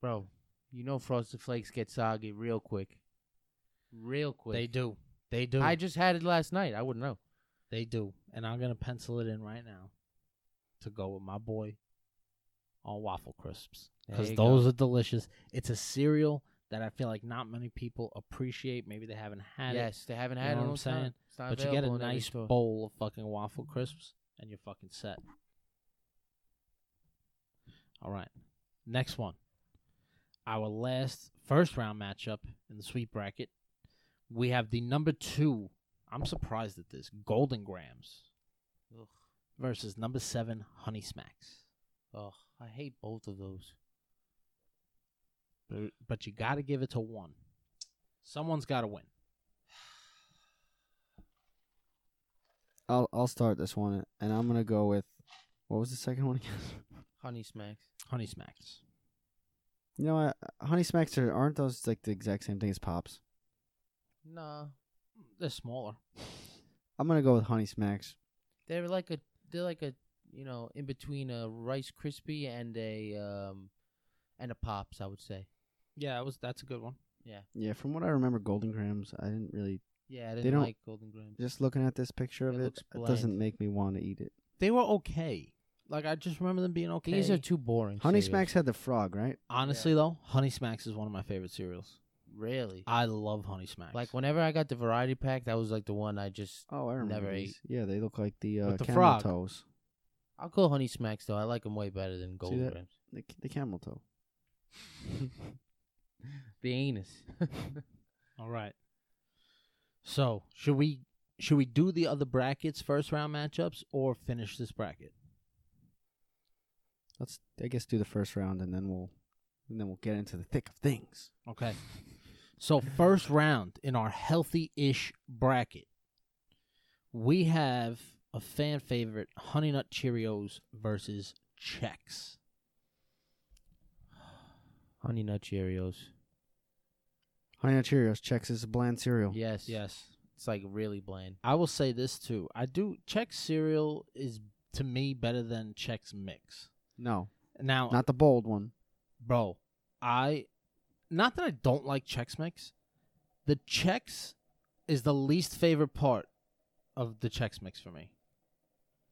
Speaker 3: bro. You know frosted flakes get soggy real quick, real quick.
Speaker 2: They do, they do,
Speaker 3: I just had it last night. I wouldn't know.
Speaker 2: they do, and I'm gonna pencil it in right now to go with my boy on waffle crisps
Speaker 3: There
Speaker 2: because
Speaker 3: you
Speaker 2: those
Speaker 3: go.
Speaker 2: are delicious. It's a cereal that I feel like not many people appreciate. Maybe they haven't had it,
Speaker 3: yes, they haven't
Speaker 2: you
Speaker 3: had
Speaker 2: know
Speaker 3: it.
Speaker 2: what I'm
Speaker 3: all the time.
Speaker 2: saying?
Speaker 3: It's not
Speaker 2: but you get a
Speaker 3: available in every
Speaker 2: nice
Speaker 3: store.
Speaker 2: bowl of fucking waffle crisps, and you're fucking set. All right, next one. Our last first round matchup in the sweet bracket, we have the number two. I'm surprised at this. Golden Grams
Speaker 3: Ugh.
Speaker 2: versus number seven Honey Smacks.
Speaker 3: Ugh, I hate both of those.
Speaker 2: But, but you got to give it to one. Someone's got to win.
Speaker 4: I'll I'll start this one, and I'm gonna go with. What was the second one again?
Speaker 3: Honey smacks.
Speaker 2: Honey Smacks.
Speaker 4: You know, what? Honey Smacks are, aren't those like the exact same thing as Pops?
Speaker 3: Nah,
Speaker 2: They're smaller.
Speaker 4: I'm gonna go with Honey Smacks.
Speaker 3: they're like a they're like a you know in between a Rice crispy and a um and a pops. I would say.
Speaker 2: Yeah, it was. That's a good one.
Speaker 4: Yeah, from what I remember, Golden Grams. I didn't really.
Speaker 3: Yeah, I didn't
Speaker 4: don't-
Speaker 3: like golden grams.
Speaker 4: Just looking at this picture of
Speaker 3: It
Speaker 4: it,
Speaker 3: looks
Speaker 4: it doesn't
Speaker 3: bland.
Speaker 4: make me want to eat it.
Speaker 2: They were okay. Like I just remember them being okay.
Speaker 3: These are too boring.
Speaker 4: Honey
Speaker 3: cereals.
Speaker 4: Smacks had the frog, right?
Speaker 2: Honestly, though, Honey Smacks is one of my favorite cereals.
Speaker 3: Really.
Speaker 2: I love Honey Smacks.
Speaker 3: Like whenever I got the variety pack, that was like the one I just.
Speaker 4: Oh, I remember.
Speaker 3: Never
Speaker 4: these. Yeah, they look like the uh,
Speaker 2: With the
Speaker 4: camel
Speaker 2: frog.
Speaker 4: toes.
Speaker 3: I'll call honey smacks though. I like them way better than golden
Speaker 4: that?
Speaker 3: grams.
Speaker 4: The, c- the camel toe.
Speaker 3: The anus.
Speaker 2: all right. So should we should we do the other brackets first round matchups or finish this bracket?
Speaker 4: Let's, I guess, do the first round, and then we'll, and then we'll get into the thick of things.
Speaker 2: Okay. So first round in our healthy-ish bracket, we have a fan favorite Honey Nut Cheerios versus Chex.
Speaker 3: honey nut Cheerios.
Speaker 4: Honey Nut Cheerios checks is a bland cereal.
Speaker 3: Yes.
Speaker 2: Yes.
Speaker 3: It's like really bland.
Speaker 2: I will say this too. I do Chex cereal is to me better than Chex mix.
Speaker 4: No,
Speaker 2: Now,
Speaker 4: not the bold one.
Speaker 2: bro, I not that I don't like Chex mix. The Chex is the least favorite part of the Chex mix for me.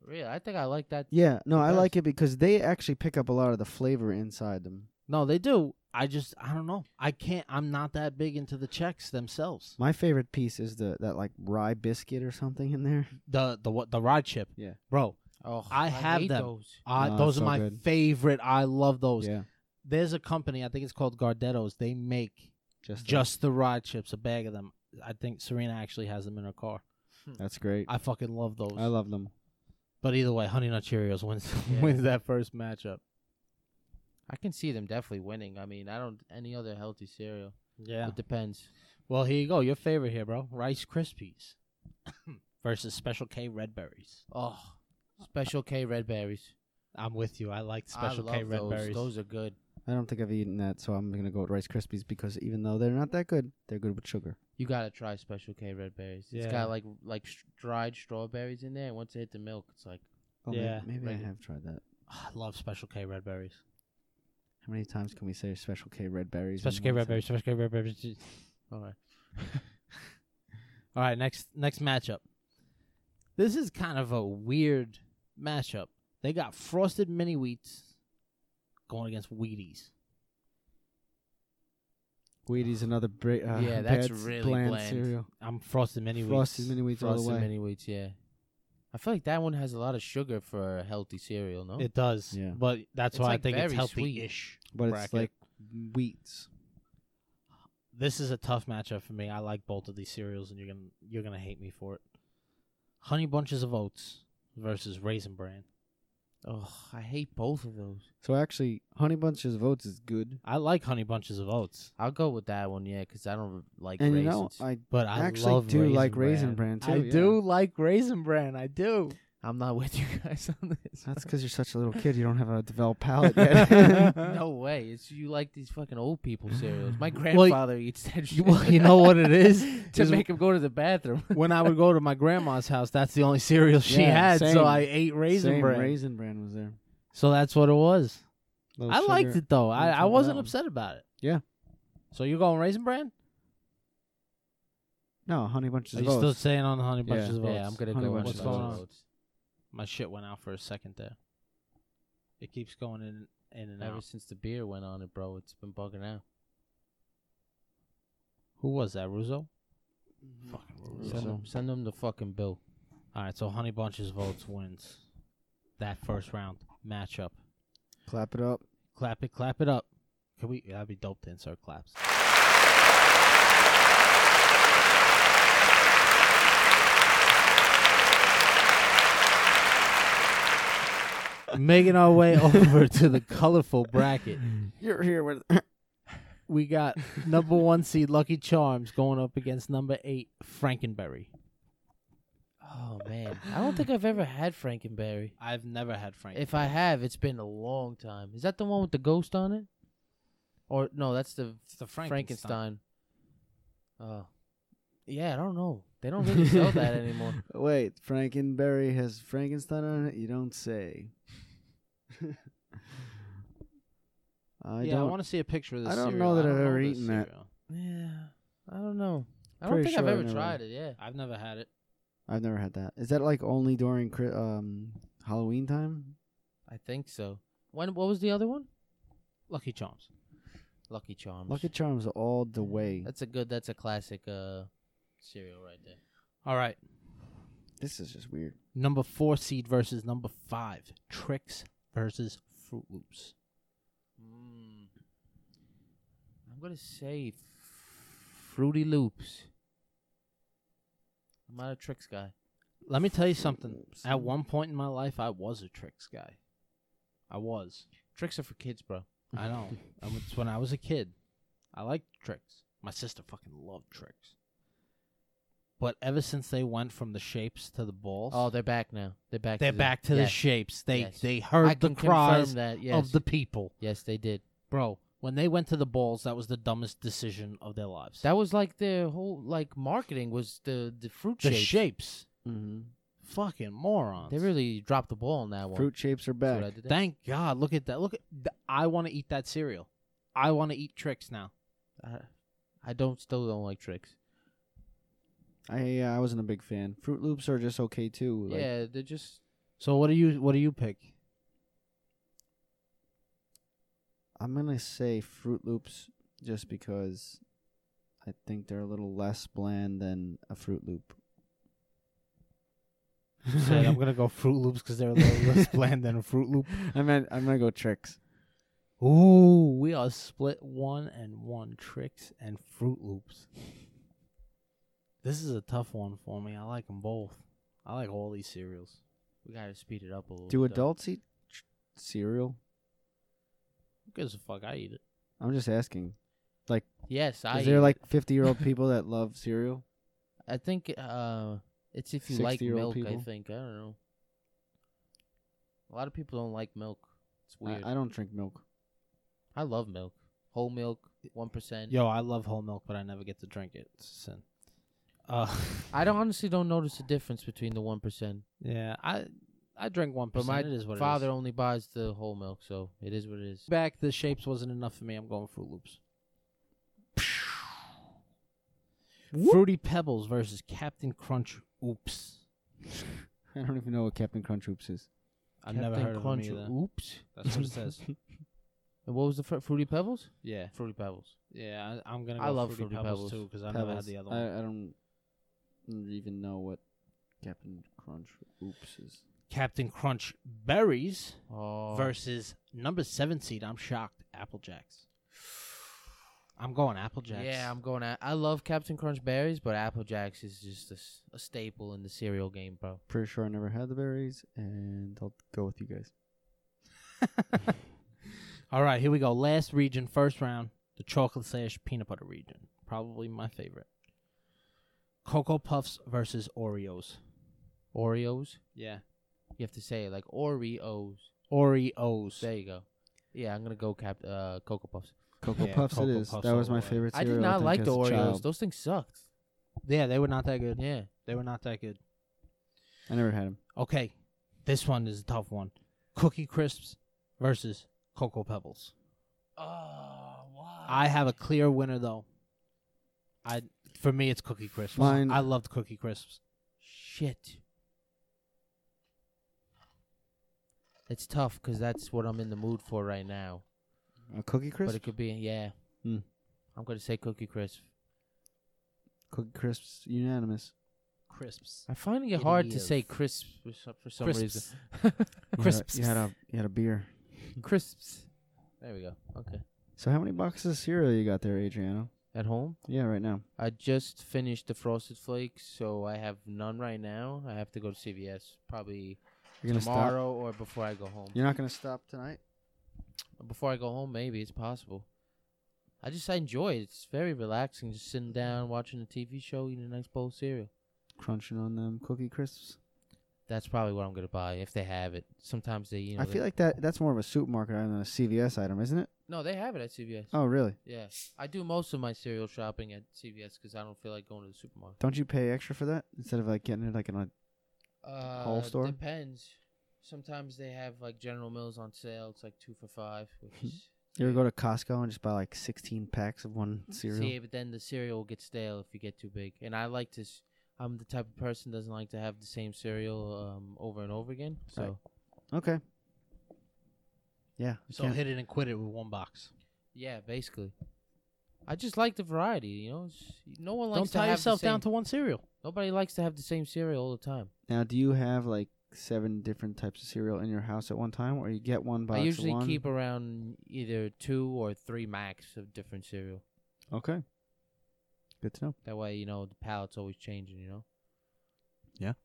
Speaker 3: Really, I think I like that.
Speaker 4: Yeah, no, I
Speaker 3: does.
Speaker 4: like it because they actually pick up a lot of the flavor inside them.
Speaker 2: No, they do. I just I don't know. I can't. I'm not that big into the Chex themselves.
Speaker 4: My favorite piece is the that like rye biscuit or something in there.
Speaker 2: The the what the rod chip.
Speaker 4: Yeah.
Speaker 2: bro.
Speaker 3: Oh,
Speaker 2: I have
Speaker 3: hate
Speaker 2: them.
Speaker 3: those.
Speaker 2: I,
Speaker 4: No,
Speaker 2: those
Speaker 4: it's
Speaker 2: are
Speaker 4: so
Speaker 2: my
Speaker 4: good.
Speaker 2: favorite. I love those.
Speaker 4: Yeah,
Speaker 2: There's a company I think it's called Gardettos. They make
Speaker 4: just
Speaker 2: just the rod chips, a bag of them. I think Serena actually has them in her car.
Speaker 4: that's great. I,
Speaker 2: I fucking love those.
Speaker 4: love them.
Speaker 2: but either way, Honey Nut Cheerios wins
Speaker 3: Yeah.
Speaker 2: wins that first matchup.
Speaker 3: I can see them definitely winning. I mean, I don't any other healthy cereal.
Speaker 2: Yeah.
Speaker 3: It depends.
Speaker 2: Well, here you go. Your favorite here, bro. Rice Krispies versus Special K Red Berries.
Speaker 3: Oh, Special K red berries.
Speaker 2: I'm with you. I like
Speaker 3: I
Speaker 2: Special
Speaker 3: love
Speaker 2: K Red
Speaker 3: those.
Speaker 2: Berries.
Speaker 3: Those are good.
Speaker 4: I don't think I've eaten that, so I'm gonna go with Rice Krispies because even though they're not that good, they're good with sugar.
Speaker 3: You gotta try Special K red berries. It's
Speaker 2: Yeah.
Speaker 3: got like like s- dried strawberries in there. And once it hit the milk, it's like
Speaker 4: Oh, may-
Speaker 2: Yeah,
Speaker 4: maybe,
Speaker 3: right.
Speaker 4: I have tried that.
Speaker 2: I love Special K Red Berries.
Speaker 4: How many times can we say Special K red berries? in
Speaker 2: Special K
Speaker 4: one
Speaker 2: Red
Speaker 4: sentence?
Speaker 2: Berries. Special K Red Berries.
Speaker 3: all right.
Speaker 2: All right, next next matchup. This is kind of a weird matchup. They got frosted mini wheats going against Wheaties.
Speaker 4: Wheaties, another bra- uh,
Speaker 3: Yeah, that's
Speaker 4: bad,
Speaker 3: really
Speaker 4: bland,
Speaker 3: bland.
Speaker 4: cereal.
Speaker 2: I'm frosted mini
Speaker 4: Frosted
Speaker 2: wheats.
Speaker 4: mini wheats all the
Speaker 3: Frosted
Speaker 4: way.
Speaker 3: mini wheats. Yeah, I feel like that one has a lot of sugar for a healthy cereal. No,
Speaker 2: It does,
Speaker 4: Yeah.
Speaker 2: but that's
Speaker 3: It's
Speaker 2: why
Speaker 3: like
Speaker 2: I think it's
Speaker 3: very
Speaker 2: healthy-ish.
Speaker 4: but
Speaker 2: bracket.
Speaker 4: it's like wheats.
Speaker 2: This is a tough matchup for me. I like both of these cereals, and you're gonna you're gonna hate me for it. Honey bunches of oats versus raisin bran.
Speaker 3: oh, I hate both of those.
Speaker 4: So actually, Honey Bunches of Oats is good.
Speaker 2: I like honey bunches of oats,
Speaker 3: I'll go with that one. Yeah, because I don't like
Speaker 4: And you know,
Speaker 3: raisins.
Speaker 4: I
Speaker 2: but I
Speaker 4: actually
Speaker 2: love
Speaker 4: do
Speaker 2: Raisin
Speaker 4: like
Speaker 2: Bran.
Speaker 4: Raisin Bran too.
Speaker 2: I
Speaker 4: yeah.
Speaker 2: do like raisin bran. I do.
Speaker 3: I'm not with you guys on this.
Speaker 4: That's because you're such a little kid. You don't have a developed palate yet.
Speaker 3: no way. It's you like these fucking old people cereals. My
Speaker 2: Well, y-
Speaker 3: grandfather eats that
Speaker 2: You,
Speaker 3: shit.
Speaker 2: well, you know what it is?
Speaker 3: to
Speaker 2: Is
Speaker 3: make him go to the bathroom.
Speaker 2: when I would go to my grandma's house, that's the only cereal she
Speaker 4: Yeah,
Speaker 2: had,
Speaker 4: same.
Speaker 2: so I ate raisin
Speaker 4: Same
Speaker 2: bran.
Speaker 4: Raisin Bran was there.
Speaker 2: So that's what it was.
Speaker 4: Little
Speaker 2: I
Speaker 4: sugar.
Speaker 2: liked it though. I,
Speaker 4: little
Speaker 2: I
Speaker 4: sugar
Speaker 2: wasn't
Speaker 4: that one.
Speaker 2: upset about it.
Speaker 4: Yeah.
Speaker 2: So you're going raisin bran?
Speaker 4: No, Honey Bunches
Speaker 2: Are you
Speaker 4: of
Speaker 2: still
Speaker 4: Oats.
Speaker 2: saying on the honey
Speaker 4: Yeah.
Speaker 2: bunches of oats?
Speaker 3: Yeah, I'm gonna
Speaker 4: Honey
Speaker 3: go with
Speaker 4: Bunches
Speaker 2: of
Speaker 3: those.
Speaker 2: My shit went out for a second there. It keeps going in in and
Speaker 3: Ever
Speaker 2: out.
Speaker 3: since the beer went on it, bro, it's been bugging out.
Speaker 2: Who was that? Russo? Fucking
Speaker 3: Send
Speaker 2: Russo.
Speaker 3: him, send him the fucking bill.
Speaker 2: All right, so honey bunches of oats wins that first round matchup.
Speaker 4: Clap it up.
Speaker 2: Clap it, clap it up. Could we? That'd be dope to insert claps. Making our way over to the colorful bracket,
Speaker 4: You're here with
Speaker 2: we got number one seed Lucky Charms going up against number eight Frankenberry.
Speaker 3: Oh man, I don't think I've ever had Frankenberry.
Speaker 2: I've never had Frankenberry.
Speaker 3: If I have, it's been a long time. Is that the one with the ghost on it? Or no, that's the
Speaker 2: It's the
Speaker 3: Frankenstein. Oh, yeah, I don't know. They don't really sell that anymore.
Speaker 4: Wait, Frankenberry has Frankenstein on it? You don't say. I
Speaker 2: yeah, I
Speaker 4: don't.
Speaker 2: want to see a picture of this.
Speaker 4: I don't
Speaker 2: cereal.
Speaker 4: know that
Speaker 2: I
Speaker 4: I've
Speaker 2: don't
Speaker 4: ever
Speaker 2: this
Speaker 4: eaten that.
Speaker 2: cereal.
Speaker 3: Yeah, I don't know. I don't
Speaker 4: Pretty
Speaker 3: think I've
Speaker 4: sure I
Speaker 3: ever
Speaker 4: never-
Speaker 3: tried it. Yeah,
Speaker 2: I've never had it.
Speaker 4: I've never had that. Is that like only during Chri- um Halloween time?
Speaker 3: I think so. When? What was the other one?
Speaker 2: Lucky Charms.
Speaker 3: Lucky Charms.
Speaker 4: Lucky Charms all the
Speaker 2: Mm-hmm.
Speaker 4: way.
Speaker 3: That's a good. That's a classic uh, cereal right there.
Speaker 2: All right.
Speaker 4: This is just weird.
Speaker 2: Number four seed versus number five. Tricks versus Fruit Loops.
Speaker 3: Mm. I'm gonna say f- Fruity Loops. I'm not a tricks guy.
Speaker 2: Let me tell you
Speaker 4: Froot
Speaker 2: something.
Speaker 4: Loops.
Speaker 2: At one point in my life, I was a tricks guy. I was.
Speaker 3: Tricks are for kids, bro.
Speaker 2: I know. I was when I was a kid. I liked tricks. My sister fucking loved tricks. But ever since they went from the shapes to the balls,
Speaker 3: Oh, they're back now. They're back.
Speaker 2: they're
Speaker 3: to
Speaker 2: back to the
Speaker 3: yes.
Speaker 2: shapes. They
Speaker 3: Yes.
Speaker 2: they
Speaker 3: I
Speaker 2: heard the
Speaker 3: can confirm
Speaker 2: cries
Speaker 3: that. Yes.
Speaker 2: of the people,
Speaker 3: yes, they did.
Speaker 2: bro. When they went to the balls, that was the dumbest decision of their lives.
Speaker 3: That was like their whole like marketing was the the fruit
Speaker 2: the
Speaker 3: shapes.
Speaker 2: shapes.
Speaker 4: Mm-hmm.
Speaker 2: Fucking morons.
Speaker 3: They really dropped the ball on that one.
Speaker 4: Fruit shapes are
Speaker 3: That's what I
Speaker 4: back.
Speaker 3: did there.
Speaker 2: Thank God. Look at that. Look at. th- I want to eat that cereal. I want to eat tricks now.
Speaker 3: I, I don't still don't like tricks.
Speaker 4: I uh, I wasn't a big fan. Fruit Loops are just okay too. Like,
Speaker 3: yeah, they're just
Speaker 2: So what do you what do you pick?
Speaker 4: I'm gonna say Fruit Loops just because I think they're a little less bland than a Fruit Loop.
Speaker 2: Said I'm gonna go Fruit Loops because they're a little less bland than Fruit Loop.
Speaker 4: I meant I'm gonna go tricks.
Speaker 2: Ooh, we are split one and one tricks and Fruit Loops. This is a tough one for me. I like them both. I like all these cereals.
Speaker 3: we gotta speed it up a little.
Speaker 4: Do
Speaker 3: bit, though.
Speaker 4: adults eat tr- cereal?
Speaker 2: Who gives a fuck? I eat it.
Speaker 4: I'm just asking.
Speaker 3: Yes, I.
Speaker 4: Is there
Speaker 3: eat
Speaker 4: like 50 year old people that love cereal?
Speaker 3: it. I think uh, it's if you like
Speaker 4: 60-year-old
Speaker 3: milk. I
Speaker 4: people?
Speaker 3: think I don't know. A lot of people don't like milk. It's weird.
Speaker 4: I,
Speaker 3: I,
Speaker 4: I don't drink milk.
Speaker 3: love milk. Whole milk, one percent.
Speaker 2: Yo, I love whole milk, but I never get to drink it. It's a sin. Uh,
Speaker 3: I don't honestly don't notice the difference between the one percent.
Speaker 2: yeah, I I drink one
Speaker 3: But
Speaker 2: percent.
Speaker 3: my
Speaker 2: it is what
Speaker 3: father
Speaker 2: it is.
Speaker 3: only buys the whole milk, so it is what it is.
Speaker 2: back the shapes wasn't enough for me. I'm going Fruit Loops. Fruity Pebbles versus Captain Crunch. Oops,
Speaker 4: I don't even know what Captain Crunch Oops is.
Speaker 2: I've never
Speaker 3: Captain
Speaker 2: heard of them
Speaker 3: Crunch,
Speaker 2: either.
Speaker 3: Oops.
Speaker 2: That's what it says.
Speaker 3: And what was the fr- fruity pebbles?
Speaker 2: yeah,
Speaker 3: Fruity pebbles.
Speaker 2: yeah. I, I'm gonna. Go
Speaker 3: I love
Speaker 2: Fruity,
Speaker 3: Fruity Pebbles.
Speaker 2: Pebbles, Uh, too because I've never had
Speaker 4: Pebbles.
Speaker 2: the other one.
Speaker 4: I, I don't even know what Captain Crunch Oops is.
Speaker 2: Captain Crunch Berries
Speaker 3: Oh.
Speaker 2: versus number seven seed. I'm shocked. Apple Jacks. I'm going Apple Jacks.
Speaker 3: Yeah, I'm going. At, I love Captain Crunch berries, but Apple Jacks is just a, s- a staple in the cereal game, bro.
Speaker 4: Pretty sure I never had the berries, and I'll go with you guys.
Speaker 2: All right, here we go. Last region, first round, the chocolate slash peanut butter region. Probably my favorite. Cocoa Puffs versus Oreos.
Speaker 3: Oreos.
Speaker 2: Yeah.
Speaker 3: You have to say it like Oreos.
Speaker 2: Oreos.
Speaker 3: There you go. Yeah, I'm gonna go Cap uh, Cocoa Puffs.
Speaker 4: Cocoa
Speaker 2: Yeah,
Speaker 4: Puffs,
Speaker 2: Cocoa
Speaker 4: it is.
Speaker 2: Puffs
Speaker 4: that was
Speaker 2: all
Speaker 4: my
Speaker 2: the way.
Speaker 4: favorite
Speaker 3: I
Speaker 4: cereal.
Speaker 3: did not
Speaker 4: think,
Speaker 3: like
Speaker 4: as
Speaker 3: the
Speaker 4: a
Speaker 3: Oreos.
Speaker 4: child.
Speaker 3: Those things sucked.
Speaker 2: yeah, they were not that good.
Speaker 3: Yeah.
Speaker 2: They were not that good.
Speaker 4: I never had them.
Speaker 2: Okay, this one is a tough one. Cookie Crisps versus Cocoa Pebbles.
Speaker 3: Oh, wow.
Speaker 2: I have a clear winner though. I for me it's Cookie Crisps.
Speaker 4: Mine-
Speaker 2: I loved Cookie Crisps.
Speaker 3: shit. It's tough because that's what I'm in the mood for right now.
Speaker 4: A Cookie
Speaker 3: But
Speaker 4: Crisp?
Speaker 3: it could be yeah.
Speaker 4: Hmm.
Speaker 3: I'm gonna say Cookie Crisp.
Speaker 4: Cookie Crisps, unanimous.
Speaker 2: Crisps.
Speaker 3: I find it
Speaker 2: It
Speaker 3: hard to say
Speaker 2: is.
Speaker 3: crisp for some, for some reason.
Speaker 2: Crisps.
Speaker 4: Crisps. You had, a, you had a beer.
Speaker 3: Crisps. There we go. Okay.
Speaker 4: So how many boxes of cereal you got there, Adriano?
Speaker 3: At home,
Speaker 4: Yeah, right now.
Speaker 3: I just finished the frosted flakes, so I have none right now. I have to go to CVS probably
Speaker 4: You're gonna
Speaker 3: tomorrow or before I go home.
Speaker 4: stop. You're not gonna stop tonight.
Speaker 3: Before I go home, maybe it's possible. I just I enjoy it. It's very relaxing, just sitting down, watching a TV show, eating a nice bowl of cereal.
Speaker 4: Crunching on them Cookie Crisps.
Speaker 3: That's probably what I'm gonna buy if they have it. Sometimes they, you know,
Speaker 4: I
Speaker 3: they-
Speaker 4: feel like that that's more of a supermarket item than a CVS item, isn't it?
Speaker 3: no, they have it at CVS.
Speaker 4: Oh, really?
Speaker 3: Yeah, I do most of my cereal shopping at CVS because I don't feel like going to the supermarket.
Speaker 4: Don't you pay extra for that instead of like getting it like in a
Speaker 3: Uh,
Speaker 4: Whole store?
Speaker 3: Depends. Sometimes they have like General Mills on sale. It's like two for five. Which is, eh,
Speaker 4: You ever go to Costco and just buy like 16 packs of one cereal?
Speaker 3: See, but then the cereal gets stale if you get too big. And I like to. s I'm the type of person doesn't like to have the same cereal um, over and over again. So
Speaker 4: Right. Okay. Yeah. you
Speaker 2: So
Speaker 4: can't-
Speaker 2: hit it and quit it with one box.
Speaker 3: yeah, basically. I just like the variety, you know. It's, no one
Speaker 2: Don't
Speaker 3: likes
Speaker 2: tie
Speaker 3: to have
Speaker 2: yourself
Speaker 3: the same,
Speaker 2: down to one cereal.
Speaker 3: Nobody likes to have the same cereal all the time.
Speaker 4: now, do you have like seven different types of cereal in your house at one time, or you get one box?
Speaker 3: I
Speaker 4: of
Speaker 3: usually
Speaker 4: one?
Speaker 3: keep around either two or three max of different cereal.
Speaker 4: Okay. Good to know.
Speaker 3: That way, you know, the palate's always changing. You know.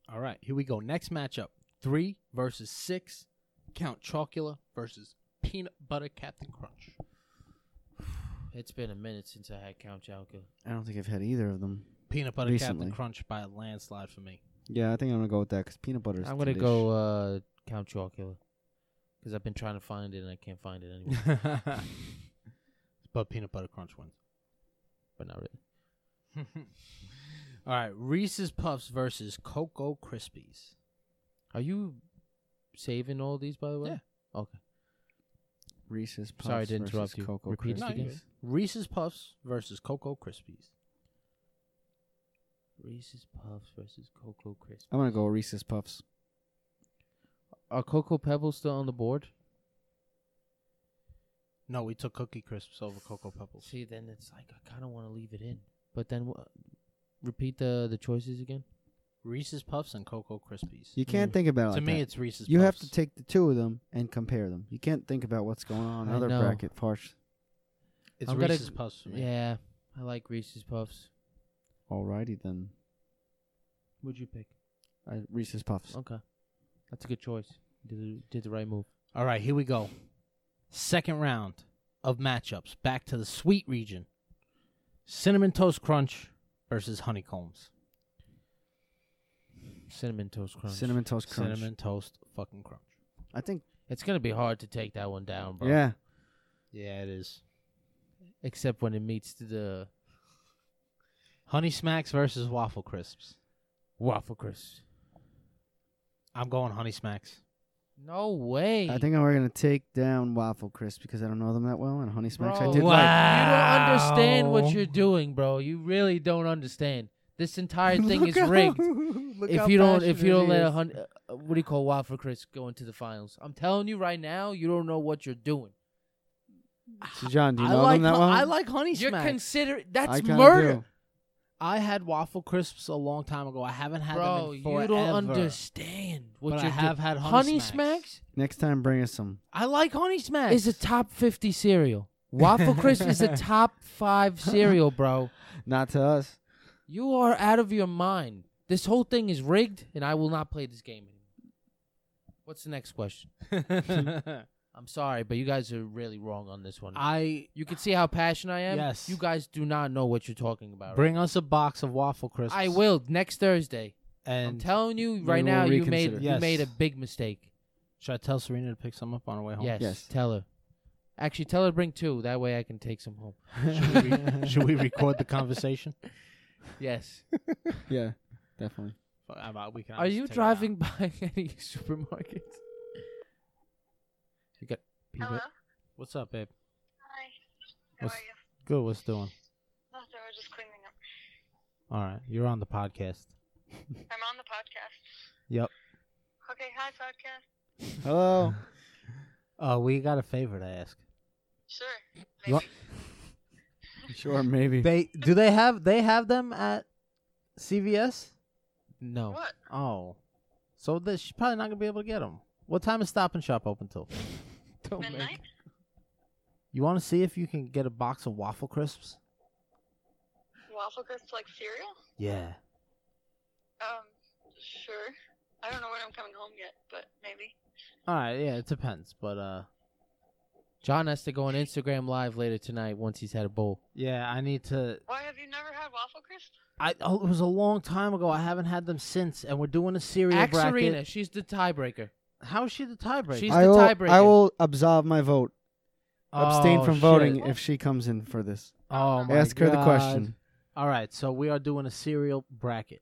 Speaker 2: All right, here we go. Next matchup: three versus six. Count Chocula versus Peanut Butter Captain Crunch.
Speaker 3: It's been a minute since I had Count Chocula.
Speaker 4: I don't think I've had either of them.
Speaker 2: Peanut Butter
Speaker 4: Recently.
Speaker 2: Captain Crunch by a landslide for me.
Speaker 4: Yeah, I think I'm gonna go with that because peanut butter. Is
Speaker 3: I'm gonna
Speaker 4: delish.
Speaker 3: go uh, Count Chocula because I've been trying to find it and I can't find it anywhere.
Speaker 2: But peanut butter crunch wins. But not really. All right, Reese's Puffs versus Cocoa Krispies.
Speaker 3: Are you saving all these, by the way?
Speaker 2: Yeah.
Speaker 3: Okay.
Speaker 4: Reese's Puffs
Speaker 3: Sorry to
Speaker 4: versus
Speaker 3: interrupt you.
Speaker 4: Cocoa
Speaker 3: Repeat it
Speaker 2: No,
Speaker 4: Krispies.
Speaker 2: you're
Speaker 3: again.
Speaker 2: Reese's Puffs versus Cocoa Krispies.
Speaker 3: Reese's Puffs versus Cocoa Crisp.
Speaker 4: I'm gonna go Reese's Puffs.
Speaker 3: Um, Are Cocoa Pebbles still on the board?
Speaker 2: No, we took Cookie Crisps over Cocoa Pebbles.
Speaker 3: See, then it's like I kind of want to leave it in, but then wha- repeat the the choices again.
Speaker 2: Reese's Puffs and Cocoa Krispies.
Speaker 4: You can't
Speaker 3: Mm.
Speaker 4: think about it.
Speaker 2: to
Speaker 4: like
Speaker 2: me,
Speaker 4: that.
Speaker 2: it's Reese's.
Speaker 4: you have
Speaker 2: Puffs.
Speaker 4: to take the two of them and compare them. You can't think about what's going on in
Speaker 3: I
Speaker 4: other
Speaker 3: know.
Speaker 4: bracket parts.
Speaker 2: It's
Speaker 3: I'm gonna-
Speaker 2: Reese's Puffs for me.
Speaker 3: Yeah, I like Reese's Puffs.
Speaker 4: Alrighty then.
Speaker 3: Would you pick?
Speaker 4: I, Reese's Puffs.
Speaker 3: Okay, that's a good choice. Did the, did the right move.
Speaker 2: All right, here we go. Second round of matchups. Back to the sweet region. Cinnamon Toast Crunch versus Honeycombs.
Speaker 3: Cinnamon Toast Crunch.
Speaker 4: Cinnamon Toast Crunch.
Speaker 2: Cinnamon Toast fucking Crunch.
Speaker 4: I think.
Speaker 3: It's gonna be hard to take that one down, bro.
Speaker 4: Yeah.
Speaker 2: Yeah, it is.
Speaker 3: Except when it meets the
Speaker 2: Honey Smacks versus Waffle Crisps.
Speaker 3: waffle crisps.
Speaker 2: I'm going Honey Smacks.
Speaker 3: No way.
Speaker 4: I think we're gonna take down Waffle Crisp because I don't know them that well, and Honey Smacks
Speaker 3: Bro,
Speaker 4: I did
Speaker 2: Wow.
Speaker 4: like.
Speaker 3: You don't understand
Speaker 2: Wow.
Speaker 3: what you're doing, bro. You really don't understand. This entire thing is rigged. if you don't, if you don't let a hundred, uh, what do you call Waffle Chris go into the finals? I'm telling you right now, you don't know what you're doing.
Speaker 4: So John, do you
Speaker 2: I
Speaker 4: know
Speaker 2: like
Speaker 4: them that
Speaker 2: hon-
Speaker 4: well?
Speaker 2: I like Honey
Speaker 3: You're
Speaker 2: Smacks.
Speaker 3: considering
Speaker 4: I
Speaker 3: that's
Speaker 4: kinda
Speaker 3: murder,
Speaker 4: do.
Speaker 2: I had Waffle Crisps a long time ago. I haven't had
Speaker 3: bro.
Speaker 2: them in
Speaker 3: You
Speaker 2: forever.
Speaker 3: don't understand what
Speaker 2: But I
Speaker 3: you're
Speaker 2: have
Speaker 3: doing.
Speaker 2: had Honey
Speaker 3: Honey
Speaker 2: Smacks.
Speaker 3: Smacks.
Speaker 4: Next time, bring us some.
Speaker 2: I like Honey Smacks.
Speaker 3: is a top fifty cereal. Waffle Crisp is a top five cereal, bro.
Speaker 4: Not to us.
Speaker 3: You are out of your mind. This whole thing is rigged, and I will not play this game anymore. What's the next question? I'm sorry, but you guys are really wrong on this one.
Speaker 2: I
Speaker 3: you can see how passionate I am.
Speaker 2: Yes.
Speaker 3: You guys do not know what you're talking about. right
Speaker 2: bring us a box of Waffle Crisps.
Speaker 3: I will next Thursday.
Speaker 2: And
Speaker 3: I'm telling you right
Speaker 4: will
Speaker 3: now, you made
Speaker 4: reconsider.
Speaker 2: Yes. Oh.
Speaker 3: you made a big mistake.
Speaker 2: Should I tell Serena to pick some up on her way home?
Speaker 3: Yes,
Speaker 4: Yes.
Speaker 3: tell her. Actually, tell her to bring two. That way, I can take some home.
Speaker 2: Should we, re- should we record the conversation?
Speaker 3: Yes.
Speaker 4: Yeah, definitely.
Speaker 2: Fuck, I'm out. We can
Speaker 3: Are
Speaker 2: obviously
Speaker 3: you
Speaker 2: take it out.
Speaker 3: driving by any supermarkets? You got
Speaker 6: Hello.
Speaker 3: peanut.
Speaker 2: What's up, babe?
Speaker 6: Hi. How
Speaker 2: What's
Speaker 6: are you?
Speaker 2: good? What's doing?
Speaker 6: Oh, so I was just cleaning up.
Speaker 2: All right, you're on the podcast.
Speaker 6: I'm on the podcast.
Speaker 2: Yep.
Speaker 6: Okay, hi podcast.
Speaker 4: Hello.
Speaker 2: Uh, we got a favor to ask.
Speaker 6: Sure.
Speaker 2: You want-
Speaker 4: sure, maybe.
Speaker 2: They do they have they have them at CVS?
Speaker 3: No.
Speaker 6: What?
Speaker 2: Oh, so this she's probably not gonna be able to get them. What time is Stop and Shop open till? Oh,
Speaker 3: Don't make-
Speaker 6: Midnight?
Speaker 2: You want to see if you can get a box of waffle crisps?
Speaker 6: Waffle crisps like cereal?
Speaker 2: Yeah.
Speaker 6: Um, sure. I don't know when I'm coming home yet, but maybe.
Speaker 2: All right. Yeah, it depends, but uh,
Speaker 3: John has to go on Instagram Live later tonight once he's had a bowl.
Speaker 2: yeah, I need to
Speaker 6: Why have you never had waffle crisps?
Speaker 2: I oh, it was a long time ago. I haven't had them since, and we're doing a cereal
Speaker 3: Ask
Speaker 2: bracket.
Speaker 3: Serena. She's the tiebreaker.
Speaker 2: How is she the tiebreaker?
Speaker 3: She's-
Speaker 4: I
Speaker 3: the
Speaker 4: will. I
Speaker 3: tiebreaker.
Speaker 4: will absolve my vote. Abstain
Speaker 3: Oh,
Speaker 4: from
Speaker 3: shit.
Speaker 4: voting if she comes in for this.
Speaker 2: Oh my
Speaker 4: Ask her the
Speaker 2: God.
Speaker 4: question.
Speaker 2: All right, so we are doing a cereal bracket,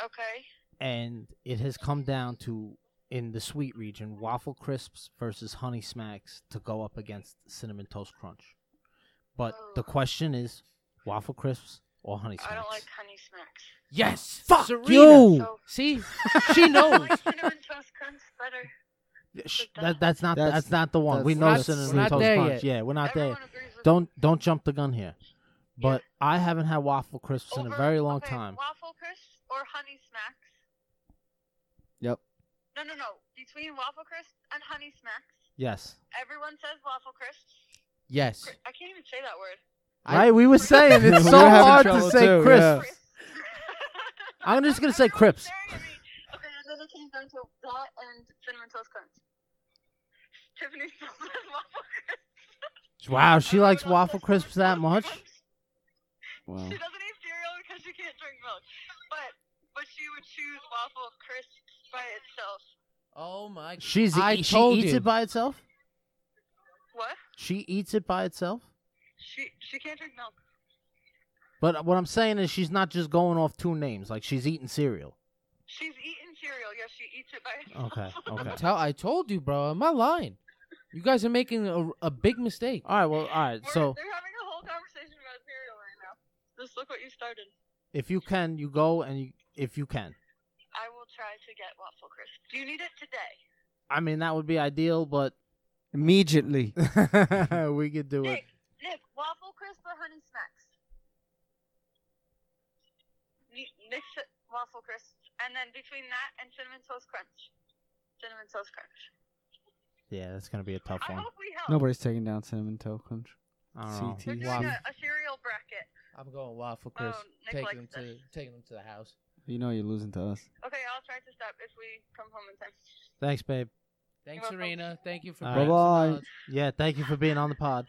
Speaker 6: Okay.
Speaker 2: and it has come down to in the sweet region, waffle crisps versus honey smacks to go up against cinnamon toast crunch. But the question is, waffle crisps or honey smacks?
Speaker 6: Oh. I don't like honey smacks.
Speaker 3: Yes.
Speaker 2: Fuck
Speaker 3: Serena.
Speaker 2: you!
Speaker 6: So
Speaker 3: See, she knows.
Speaker 6: I like cinnamon toast crunch better.
Speaker 2: Sh- That, that's not that's,
Speaker 4: That's-
Speaker 2: not the one. We
Speaker 4: that's-
Speaker 2: know
Speaker 4: that's-
Speaker 2: cinnamon
Speaker 4: we're not
Speaker 2: toast
Speaker 3: there
Speaker 2: crunch.
Speaker 3: yet.
Speaker 2: Yeah, we're not there.
Speaker 6: Everyone agrees with
Speaker 2: Don't don't jump the gun here.
Speaker 6: Yeah.
Speaker 2: But I haven't had waffle crisps in a
Speaker 6: Over-
Speaker 2: very long
Speaker 6: okay,
Speaker 2: time.
Speaker 6: Waffle crisps or honey smacks?
Speaker 4: Yep.
Speaker 6: No, no, no. Between waffle crisps and honey smacks,
Speaker 2: Yes.
Speaker 6: everyone says waffle crisps.
Speaker 3: yes.
Speaker 6: Cri- I can't even say that word.
Speaker 2: right? We were saying
Speaker 4: We
Speaker 2: it's so
Speaker 4: were having
Speaker 2: hard to
Speaker 4: trouble
Speaker 2: say
Speaker 4: too, yeah.
Speaker 2: crisps.
Speaker 6: Crisps.
Speaker 2: I'm just gonna say crisps.
Speaker 6: Everyone's staring at me. Okay, and then it came down to that and cinnamon toast crunch. Tiffany still says waffle crisps.
Speaker 2: Wow, she
Speaker 6: Everyone
Speaker 2: likes
Speaker 6: else
Speaker 2: waffle
Speaker 6: says
Speaker 2: crisps that
Speaker 6: Cinnamon
Speaker 2: much.
Speaker 6: Toast Crunch.
Speaker 4: Wow.
Speaker 6: She doesn't eat cereal because she can't drink milk. But but she would choose waffle crisps by itself.
Speaker 3: Oh my.
Speaker 2: She's
Speaker 3: I
Speaker 2: she
Speaker 3: told
Speaker 2: eats
Speaker 3: you.
Speaker 2: it by itself.
Speaker 6: What?
Speaker 2: She eats it by itself.
Speaker 6: She she can't drink milk.
Speaker 2: But what I'm saying is she's not just going off two names. Like she's eating cereal.
Speaker 6: She's eating cereal. Yes, she eats it by herself.
Speaker 2: Okay.
Speaker 3: I'm
Speaker 2: Okay.
Speaker 3: tell- I told you, bro. I'm not lying. You guys are making a, a big mistake.
Speaker 2: All right. Well. All right.
Speaker 6: We're-
Speaker 2: So
Speaker 6: they're having a whole conversation about cereal right now. Just look what you started.
Speaker 2: if you can, you go and you, if you can.
Speaker 6: I will try to get waffle crisp. Do you need it today?
Speaker 2: I mean that would be ideal, but
Speaker 4: Immediately.
Speaker 2: we could do it.
Speaker 6: Nick, Nick, waffle crisp or honey smacks? Ni- Nick said waffle crisp, and then between that and cinnamon toast crunch. Cinnamon toast crunch.
Speaker 2: Yeah, that's gonna be a tough
Speaker 6: I
Speaker 2: one.
Speaker 6: hope we help.
Speaker 4: Nobody's taking down Cinnamon Toast Crunch.
Speaker 2: I don't know.
Speaker 6: They're
Speaker 4: CT.
Speaker 6: doing a, a cereal bracket.
Speaker 3: I'm going waffle
Speaker 6: Oh,
Speaker 3: Chris.
Speaker 6: Nick likes
Speaker 3: taking them to
Speaker 6: this.
Speaker 3: taking them to the house.
Speaker 4: You know you're losing to us.
Speaker 6: Okay, I'll try to stop if we come home in time.
Speaker 2: Thanks, babe.
Speaker 3: Thanks,
Speaker 6: welcome.
Speaker 3: Serena. Thank you for
Speaker 2: All
Speaker 3: bringing
Speaker 4: right.
Speaker 3: some
Speaker 4: Bye-bye.
Speaker 3: knowledge.
Speaker 2: Yeah, thank you for being on the pod.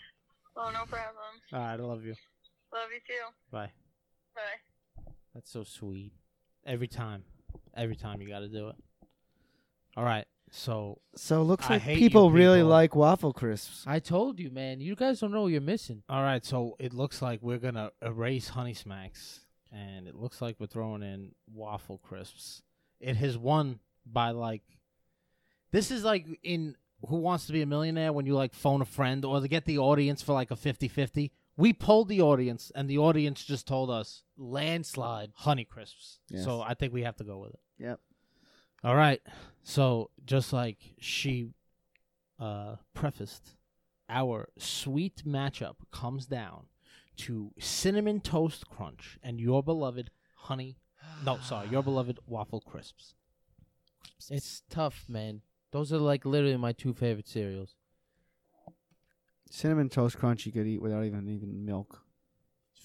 Speaker 6: Oh, no problem.
Speaker 2: All right, I love you.
Speaker 6: Love you too.
Speaker 2: Bye.
Speaker 6: Bye.
Speaker 3: That's so sweet.
Speaker 2: Every time, every time you got to do it. All right, so
Speaker 4: So it looks
Speaker 2: I
Speaker 4: like
Speaker 2: hate you,
Speaker 4: people really
Speaker 2: people.
Speaker 4: like waffle crisps.
Speaker 3: I told you, man. You guys don't know what you're missing.
Speaker 2: all right, so it looks like we're gonna erase Honey Smacks, and it looks like we're throwing in Waffle Crisps. It has won by like, this is like in Who Wants to Be a Millionaire when you like phone a friend or to get the audience for like a 50-50. We polled the audience, and the audience just told us
Speaker 3: Landslide.
Speaker 2: Honey Crisps.
Speaker 4: Yes.
Speaker 2: So I think we have to go with it.
Speaker 4: Yep.
Speaker 2: All right. So just like she uh prefaced, our sweet matchup comes down to cinnamon toast crunch and your beloved honey no, sorry, your beloved waffle crisps.
Speaker 3: It's tough, man. Those are like literally my two favorite cereals.
Speaker 4: Cinnamon Toast Crunch you could eat without even even milk.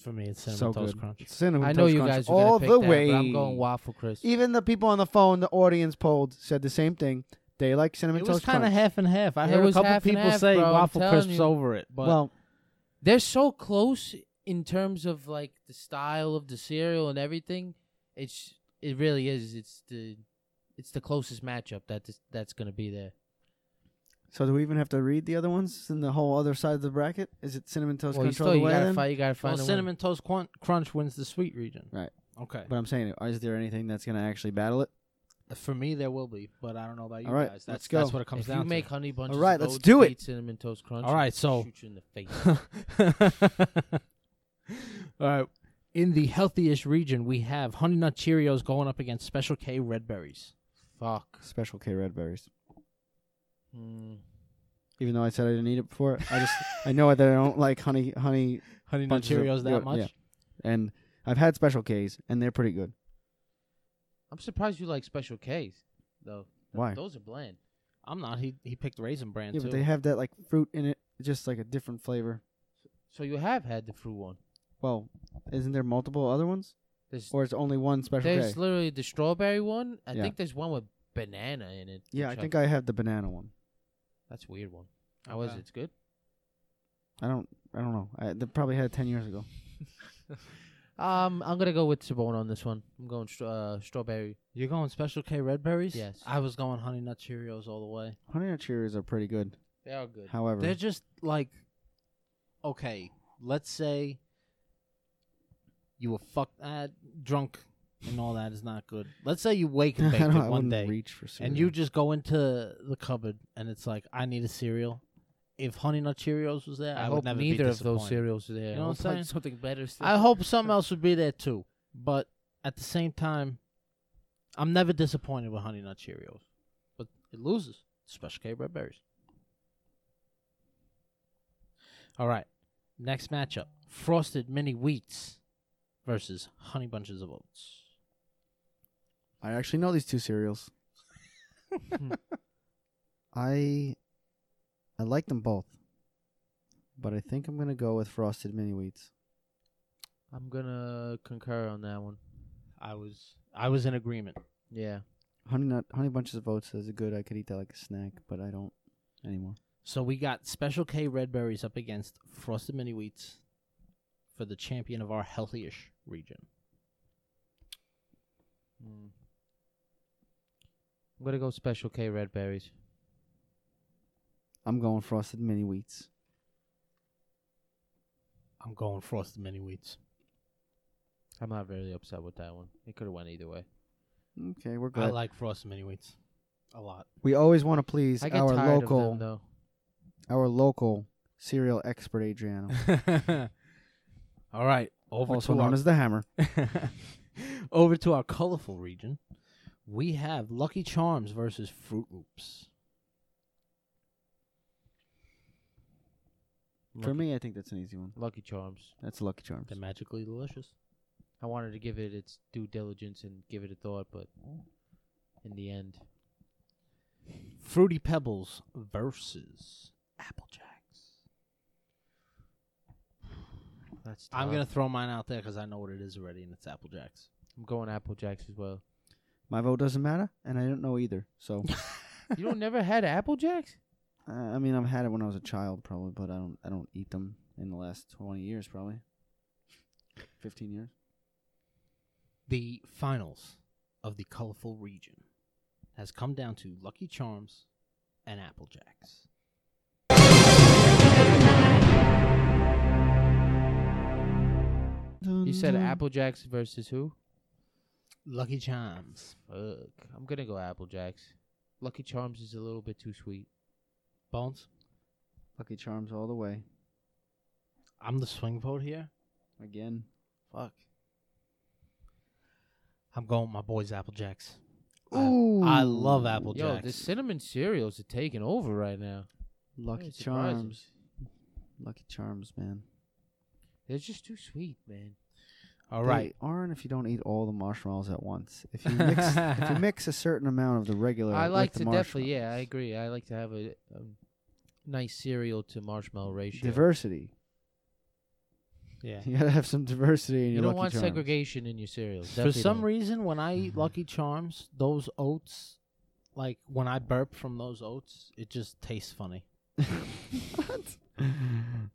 Speaker 2: For me it's cinnamon
Speaker 4: so
Speaker 2: toast
Speaker 4: good.
Speaker 2: crunch.
Speaker 4: Cinnamon
Speaker 3: I know
Speaker 4: Toast
Speaker 3: you
Speaker 4: Crunch
Speaker 3: guys were
Speaker 4: all
Speaker 3: gonna pick
Speaker 4: the
Speaker 3: that,
Speaker 4: way.
Speaker 3: but I'm going waffle crisp.
Speaker 4: Even the people on the phone, the audience polled, said the same thing. They like Cinnamon
Speaker 2: It was
Speaker 4: Toast
Speaker 2: kind of
Speaker 4: Crunch.
Speaker 2: half and half. I
Speaker 3: It
Speaker 2: heard a
Speaker 3: was
Speaker 2: couple
Speaker 3: half and
Speaker 2: people
Speaker 3: half,
Speaker 2: say
Speaker 3: bro, I'm
Speaker 2: waffle
Speaker 3: telling
Speaker 2: crisps
Speaker 3: you.
Speaker 2: over it, but
Speaker 4: well,
Speaker 3: They're so close in terms of like the style of the cereal and everything. It's it really is. It's the it's the closest matchup that this, that's gonna be there.
Speaker 4: so do we even have to read the other ones in the whole other side of the bracket? Is it Cinnamon Toast
Speaker 3: well, you
Speaker 4: Crunch all
Speaker 3: still
Speaker 4: the
Speaker 3: you
Speaker 4: way
Speaker 3: gotta
Speaker 4: then?
Speaker 3: fight. You gotta find
Speaker 2: well,
Speaker 3: a win.
Speaker 2: cinnamon toast Quan- crunch wins the sweet region.
Speaker 4: Right.
Speaker 2: Okay.
Speaker 4: But I'm saying, is there anything that's going to actually battle it?
Speaker 2: For me, there will be, but I don't know about you
Speaker 4: All right,
Speaker 2: guys. That's,
Speaker 4: let's
Speaker 2: that's
Speaker 4: go.
Speaker 2: what it comes
Speaker 3: If
Speaker 2: down
Speaker 3: you
Speaker 2: to.
Speaker 3: make honey bunches,
Speaker 4: right,
Speaker 3: of
Speaker 4: let's
Speaker 3: oats,
Speaker 4: do it.
Speaker 3: beat Cinnamon toast crunch.
Speaker 2: All right,
Speaker 3: and
Speaker 2: so-
Speaker 3: shoot you in the face.
Speaker 2: All right. In the healthiest region, we have Honey Nut Cheerios going up against Special K Red Berries.
Speaker 3: Fuck.
Speaker 4: Special K Red Berries.
Speaker 3: Mm.
Speaker 4: Even though I said I didn't eat it before, I just I know that I don't like honey honey
Speaker 2: Honey
Speaker 4: Bunches
Speaker 2: Nut
Speaker 4: of-
Speaker 2: Cheerios
Speaker 4: yeah,
Speaker 2: that much?
Speaker 4: yeah. and I've had Special K's and they're pretty good.
Speaker 3: I'm surprised you like Special K's though.
Speaker 4: Why?
Speaker 3: Those are bland.
Speaker 2: I'm not. He he picked Raisin Bran
Speaker 4: Yeah,
Speaker 2: too.
Speaker 4: but they have that like fruit in it, just like a different flavor.
Speaker 3: So you have had the fruit one.
Speaker 4: Well, isn't there multiple other ones,
Speaker 3: There's
Speaker 4: or it's only one Special
Speaker 3: There's
Speaker 4: K?
Speaker 3: literally the strawberry one. I
Speaker 4: Yeah.
Speaker 3: think there's one with banana in it.
Speaker 4: yeah, I
Speaker 3: which
Speaker 4: think I have the banana one.
Speaker 3: That's a weird one. How is
Speaker 2: Okay.
Speaker 3: it? It's good.
Speaker 4: I don't I don't know. I, they probably had it ten years ago.
Speaker 3: Um, I'm gonna go with Sabone on this one. I'm going stra- uh, strawberry.
Speaker 2: You're going Special K Red Berries?
Speaker 3: Yes.
Speaker 2: I was going Honey Nut Cheerios all the way.
Speaker 4: Honey Nut Cheerios are pretty good.
Speaker 3: They are good.
Speaker 4: However,
Speaker 2: They're just like, okay, let's say you were fucked, uh, drunk, and all that is not good. Let's say you wake
Speaker 4: I
Speaker 2: and bake
Speaker 4: don't. I
Speaker 2: it one
Speaker 4: wouldn't
Speaker 2: day.
Speaker 4: reach for cereal.
Speaker 2: and you just go into the cupboard and it's like I need a cereal. If Honey Nut Cheerios was there, I,
Speaker 3: I,
Speaker 2: would
Speaker 3: hope
Speaker 2: never
Speaker 3: neither
Speaker 2: be
Speaker 3: of those
Speaker 2: disappointed.
Speaker 3: cereals are there.
Speaker 2: You know
Speaker 3: I
Speaker 2: what
Speaker 3: hope,
Speaker 2: I'm
Speaker 3: like,
Speaker 2: saying?
Speaker 3: Something better. Still.
Speaker 2: I hope something else would be there too, but at the same time, I'm never disappointed with Honey Nut Cheerios. But it loses Special K Red Berries. All right, next matchup: Frosted Mini Wheats versus Honey Bunches of Oats.
Speaker 4: I actually know these two cereals.
Speaker 2: Hmm.
Speaker 4: I I like them both, but I think I'm gonna go with Frosted Mini Wheats.
Speaker 3: I'm gonna concur on that one.
Speaker 2: I was I was in agreement.
Speaker 3: Yeah.
Speaker 4: Honey Nut Honey Bunches of Oats is good. I could eat that like a snack, but I don't anymore.
Speaker 2: So we got Special K Red Berries up against Frosted Mini Wheats for the champion of our healthyish region.
Speaker 3: Mm. I'm gonna go Special K red berries.
Speaker 4: I'm going Frosted Mini Wheats.
Speaker 2: I'm going frosted mini wheats.
Speaker 3: I'm not really upset with that one. It could have went either way.
Speaker 4: Okay, we're
Speaker 2: I
Speaker 4: good.
Speaker 2: like frosted mini wheats a lot.
Speaker 4: we always want to please
Speaker 3: I get
Speaker 4: our
Speaker 3: tired
Speaker 4: local
Speaker 3: of them though.
Speaker 4: our local cereal expert Adriano,
Speaker 2: All right, over
Speaker 4: also
Speaker 2: to
Speaker 4: known
Speaker 2: our
Speaker 4: as the Hammer.
Speaker 2: over to our colorful region. We have Lucky Charms versus Fruit Loops.
Speaker 4: For me, I think that's an easy one.
Speaker 3: Lucky Charms.
Speaker 4: That's Lucky Charms.
Speaker 2: They're magically delicious.
Speaker 3: I wanted to give it its due diligence and give it a thought, but in the end,
Speaker 2: Fruity Pebbles versus Apple Jacks.
Speaker 3: that's.
Speaker 2: I'm
Speaker 3: tough.
Speaker 2: gonna throw mine out there because I know what it is already, and it's Apple Jacks.
Speaker 3: I'm going Apple Jacks as well.
Speaker 4: My vote doesn't matter, and I don't know either. So,
Speaker 3: you don't never had Apple Jacks?
Speaker 4: uh, I mean, I've had it when I was a child, probably, but I don't, I don't eat them in the last twenty years, probably, fifteen years.
Speaker 2: The finals of the colorful region has come down to Lucky Charms and Apple Jacks.
Speaker 3: You said
Speaker 2: Mm-hmm.
Speaker 3: Apple Jacks versus who?
Speaker 2: Lucky Charms.
Speaker 3: Fuck. I'm gonna go Apple Jacks. Lucky Charms is a little bit too sweet.
Speaker 2: Bones.
Speaker 4: Lucky Charms all the way
Speaker 2: I'm the swing vote here.
Speaker 4: again.
Speaker 2: Fuck. I'm going with my boys Apple Jacks. I-
Speaker 4: Ooh.
Speaker 2: I, love Apple
Speaker 3: Yo,
Speaker 2: Jacks.
Speaker 3: the cinnamon cereals are taking over right now.
Speaker 4: Lucky
Speaker 3: It's surprising.
Speaker 4: Charms, Lucky Charms, man.
Speaker 3: They're just too sweet, man.
Speaker 2: All right.
Speaker 4: They aren't if you don't eat all the marshmallows at once. If you mix, if you mix a certain amount of the regular,
Speaker 3: I
Speaker 4: with
Speaker 3: like
Speaker 4: the
Speaker 3: to definitely, yeah, I
Speaker 4: marshmallows.
Speaker 3: agree. I like to have a um, nice cereal to marshmallow ratio.
Speaker 4: Diversity.
Speaker 2: Yeah.
Speaker 4: You gotta have some diversity in
Speaker 3: you
Speaker 4: your
Speaker 3: don't
Speaker 4: Lucky
Speaker 3: want
Speaker 4: Charms.
Speaker 3: segregation in your cereals.
Speaker 2: For
Speaker 3: reason.
Speaker 2: some reason, when I eat Lucky Charms, those oats, like when I burp from those oats, it just tastes funny.
Speaker 4: what? I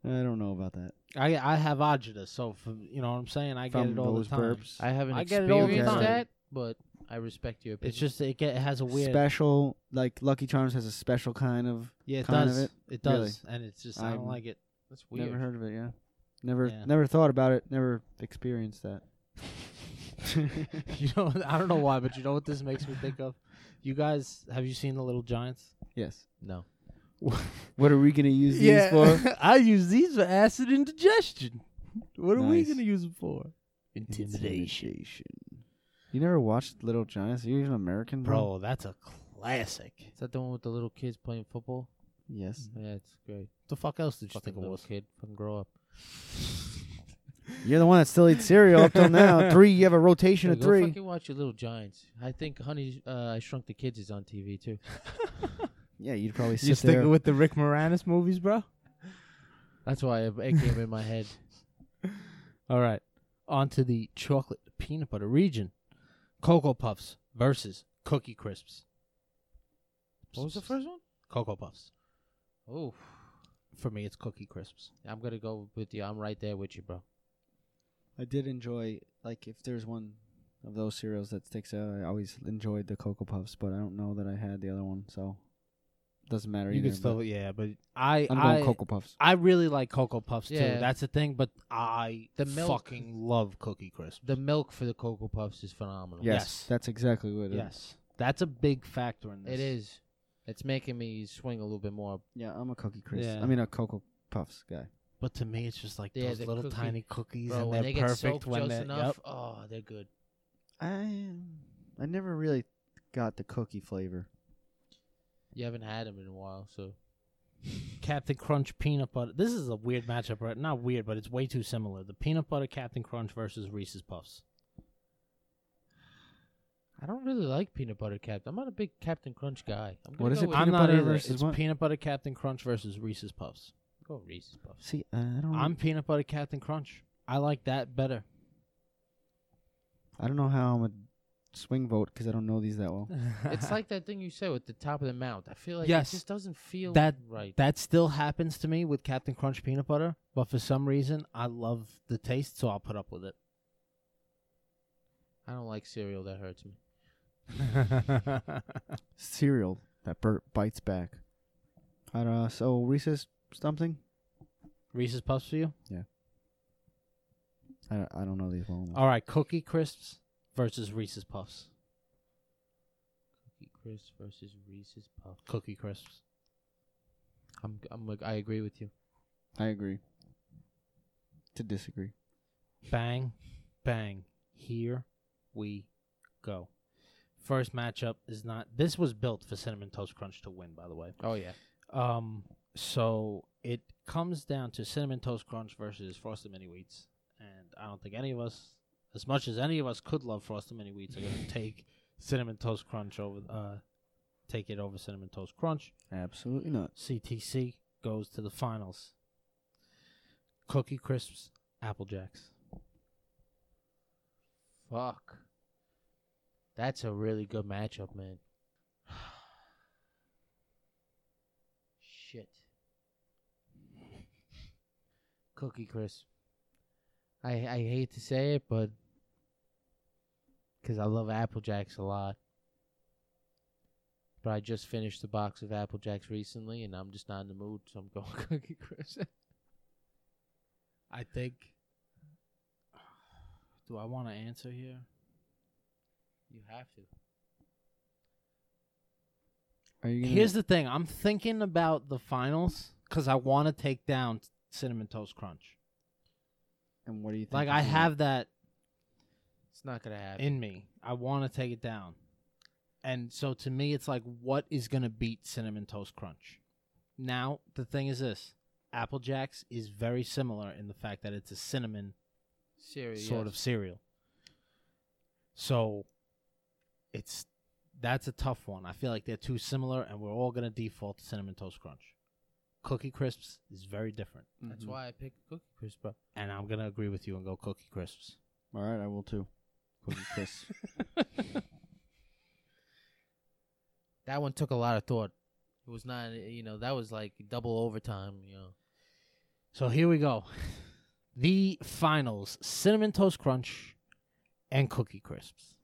Speaker 4: don't know about that.
Speaker 2: I I have agita, so for, you know what I'm saying. I
Speaker 4: From
Speaker 2: get it all
Speaker 4: those
Speaker 2: the time.
Speaker 4: burps.
Speaker 3: I haven't
Speaker 2: I get it all the
Speaker 3: experienced
Speaker 4: time.
Speaker 3: that, but I respect your opinion.
Speaker 2: It's just it, get, it has a weird.
Speaker 4: Special, like Lucky Charms has a special kind of.
Speaker 2: yeah, it
Speaker 4: kind of
Speaker 2: does. It,
Speaker 4: it.
Speaker 2: does, and it's just I'm, I do
Speaker 4: I'm-
Speaker 2: not like it.
Speaker 3: that's weird.
Speaker 4: Never heard of it. Yeah, never,
Speaker 2: Yeah.
Speaker 4: never thought about it. Never experienced that.
Speaker 2: you know, I don't know why, but you know what this makes me think of. You guys, have you seen the Little Giants?
Speaker 4: Yes.
Speaker 3: No.
Speaker 4: What are we gonna use these for?
Speaker 2: I use these for acid indigestion. What
Speaker 4: are we Nice.
Speaker 2: gonna
Speaker 4: gonna
Speaker 2: use them for?
Speaker 4: Intimidation. You never watched Little Giants? Are you even American,
Speaker 2: Bro, that's a classic.
Speaker 3: Is that the one with the little kids playing football?
Speaker 4: Yes.
Speaker 3: Yeah, it's great.
Speaker 2: The fuck else did
Speaker 3: Mm-hmm.
Speaker 2: you
Speaker 3: Fucking
Speaker 2: think it
Speaker 3: little
Speaker 2: was?
Speaker 3: kid, fucking grow up.
Speaker 4: You're the one that still eats cereal up till now. Three, you have a rotation
Speaker 3: Hey,
Speaker 4: of
Speaker 3: go
Speaker 4: three.
Speaker 3: fucking watch your Little Giants. I think Honey, uh, I Shrunk the Kids is on TV too.
Speaker 4: Yeah, you'd probably sit there.
Speaker 2: with the Rick Moranis movies, bro?
Speaker 3: That's why it it came in my head.
Speaker 2: All right. On to the chocolate peanut butter region. Cocoa Puffs versus Cookie Crisps.
Speaker 3: What was the first one?
Speaker 2: Cocoa Puffs.
Speaker 3: Oh,
Speaker 2: For me, it's Cookie Crisps.
Speaker 3: I'm gonna go with you. I'm right there with you, bro.
Speaker 4: I did enjoy, like, if there's one of those cereals that sticks out, I always enjoyed the Cocoa Puffs, but I don't know that I had the other one, so doesn't matter
Speaker 2: You
Speaker 4: either.
Speaker 2: can still,
Speaker 4: but
Speaker 2: yeah, but I,
Speaker 4: I'm
Speaker 2: I,
Speaker 4: going Cocoa Puffs.
Speaker 2: I really like Cocoa Puffs
Speaker 3: Yeah.
Speaker 2: too. That's the thing, but I
Speaker 3: The milk-
Speaker 2: fucking love Cookie Crisps.
Speaker 3: The milk for the Cocoa Puffs is phenomenal.
Speaker 4: Yes,
Speaker 2: yes.
Speaker 4: that's exactly what it is.
Speaker 2: Yes, that's a big factor in this.
Speaker 3: it is. It's making me swing a little bit more.
Speaker 4: Yeah, I'm a Cookie Crisp.
Speaker 2: Yeah.
Speaker 4: I mean, a Cocoa Puffs guy.
Speaker 2: but to me, it's just like
Speaker 3: Yeah,
Speaker 2: those
Speaker 3: the
Speaker 2: little
Speaker 3: cookie-
Speaker 2: tiny cookies,
Speaker 3: Bro,
Speaker 2: and
Speaker 3: when
Speaker 2: they're
Speaker 3: they get
Speaker 2: perfect
Speaker 3: soaked
Speaker 2: when
Speaker 3: just
Speaker 2: they're.
Speaker 3: enough, oh, they're good.
Speaker 4: I, I never really got the cookie flavor.
Speaker 3: You haven't had them in a while, so
Speaker 2: Yep. Captain Crunch peanut butter. This is a weird matchup, right? Not weird, but it's way too similar. The peanut butter Captain Crunch versus Reese's Puffs.
Speaker 3: I don't really like peanut butter cap. I'm not a big Captain Crunch guy. I'm gonna
Speaker 4: What is
Speaker 3: go
Speaker 4: it,
Speaker 3: With,
Speaker 2: I'm
Speaker 4: Peanut
Speaker 2: not
Speaker 4: butter
Speaker 2: either.
Speaker 4: versus
Speaker 2: It's
Speaker 4: what?
Speaker 2: peanut butter Captain Crunch versus Reese's Puffs.
Speaker 3: go Reese's Puffs.
Speaker 4: See, I
Speaker 3: Mm.
Speaker 4: don't.
Speaker 2: I'm peanut butter Captain Crunch. I like that better.
Speaker 4: I don't know how I'm a swing vote because I don't know these that well.
Speaker 3: it's like that thing you said with the top of the mouth. I feel like
Speaker 2: Yes.
Speaker 3: it just doesn't feel
Speaker 2: That-
Speaker 3: right.
Speaker 2: That still happens to me with Captain Crunch peanut butter, but for some reason I love the taste, so I'll put up with it.
Speaker 3: I don't like cereal. That hurts me.
Speaker 4: Cereal that Bert bites back. I don't know. So Reese's something.
Speaker 2: Reese's Puffs for you?
Speaker 4: Yeah. I don't, I don't know these Walmarts.
Speaker 2: All right, Cookie Crisps versus Reese's Puffs.
Speaker 3: Cookie Crisp versus Reese's Puff.
Speaker 2: Cookie Crisps.
Speaker 3: I'm I'm like I agree with you.
Speaker 4: I agree. To disagree.
Speaker 2: Bang, bang. Here we go. First matchup is not. This was built for Cinnamon Toast Crunch to win, by the way.
Speaker 3: Oh yeah.
Speaker 2: Um, so it comes down to cinnamon toast crunch versus frosted mini wheats, and I don't think any of us, as much as any of us could love frosted mini wheats, are going to take cinnamon toast crunch over. Uh, take it over cinnamon toast crunch.
Speaker 4: Absolutely not.
Speaker 2: CTC goes to the finals. Cookie crisps, apple jacks.
Speaker 3: Fuck. That's a really good matchup, man. Shit. Cookie Crisp. I I hate to say it, but because I love Apple Jacks a lot. But I just finished the box of Apple Jacks recently, and I'm just not in the mood, so I'm going Cookie Crisp.
Speaker 2: I think. Do I want to answer here?
Speaker 3: you have to.
Speaker 4: Are you gonna,
Speaker 2: Here's the thing. I'm thinking about the finals because I want to take down Cinnamon Toast Crunch.
Speaker 4: and what do you think?
Speaker 2: Like
Speaker 4: of
Speaker 2: I
Speaker 4: the-
Speaker 2: have that
Speaker 3: It's not gonna happen.
Speaker 2: in me. I want to take it down. And so to me, it's like, what is going to beat Cinnamon Toast Crunch? Now, the thing is this Apple Jacks is very similar in the fact that it's a cinnamon
Speaker 3: Serious.
Speaker 2: sort of cereal. So it's that's a tough one. I feel like they're too similar and we're all gonna default to cinnamon toast crunch. Cookie crisps is very different.
Speaker 3: That's
Speaker 4: Mhm.
Speaker 3: why I picked Cookie Crisp, bro.
Speaker 2: And I'm gonna agree with you and go cookie crisps.
Speaker 4: All right, I will too. Cookie Crisp.
Speaker 3: That one took a lot of thought. It was not, you know, that was like double overtime, you know.
Speaker 2: So here we go. The finals cinnamon toast crunch and cookie crisps.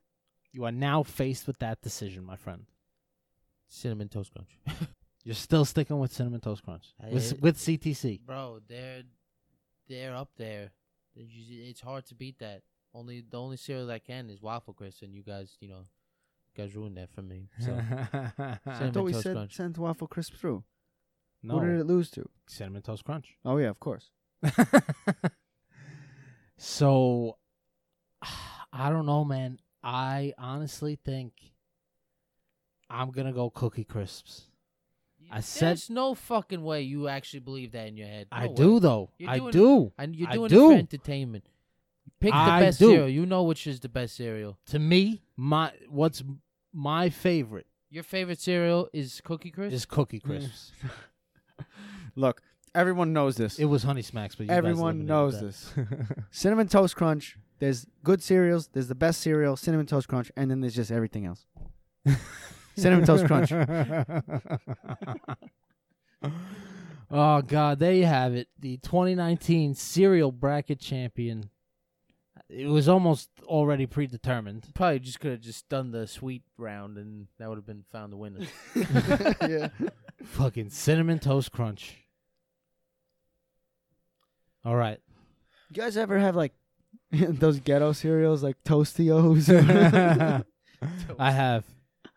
Speaker 2: You are now faced with that decision, my friend.
Speaker 3: Cinnamon Toast Crunch.
Speaker 2: You're still sticking with cinnamon toast crunch with,
Speaker 3: I-
Speaker 2: with CTC.
Speaker 3: Bro, they're they're up there. There's usually- It's hard to beat that. Only the only cereal that can is Waffle Crisp, and you guys, you know, you guys ruined that for me. So
Speaker 4: I
Speaker 3: Cinnamon
Speaker 4: thought we
Speaker 3: Toast
Speaker 4: said
Speaker 3: Crunch.
Speaker 4: send Waffle Crisp through.
Speaker 2: no,
Speaker 4: What did it lose to?
Speaker 2: cinnamon toast crunch.
Speaker 4: Oh yeah, of course.
Speaker 2: so I don't know, man. I honestly think I'm gonna go cookie crisps. I said-
Speaker 3: there's no fucking way you actually believe that in your head.
Speaker 2: I
Speaker 3: No
Speaker 2: do
Speaker 3: way.
Speaker 2: though.
Speaker 3: You're
Speaker 2: I
Speaker 3: doing-
Speaker 2: do.
Speaker 3: and you're
Speaker 2: I
Speaker 3: doing
Speaker 2: do.
Speaker 3: it for entertainment. Pick the
Speaker 2: I
Speaker 3: best
Speaker 2: do.
Speaker 3: cereal. You know which is the best cereal.
Speaker 2: To me, my what's my favorite
Speaker 3: Your favorite cereal is Cookie Crisp.
Speaker 2: is cookie crisps.
Speaker 4: Look, everyone knows this.
Speaker 2: it was honey smacks, but you guys
Speaker 4: everyone
Speaker 2: eliminated
Speaker 4: knows
Speaker 2: that.
Speaker 4: this. cinnamon Toast Crunch. There's good cereals. There's the best cereal, Cinnamon Toast Crunch, and then there's just everything else. cinnamon Toast Crunch.
Speaker 2: oh God, there you have it. The 2019 cereal bracket champion. It was almost already predetermined.
Speaker 3: Probably just could have just done the sweet round, and that would have been found the winner.
Speaker 4: yeah.
Speaker 2: Fucking cinnamon toast crunch. All right.
Speaker 4: You guys ever have like those ghetto cereals like Tostios?
Speaker 2: I have.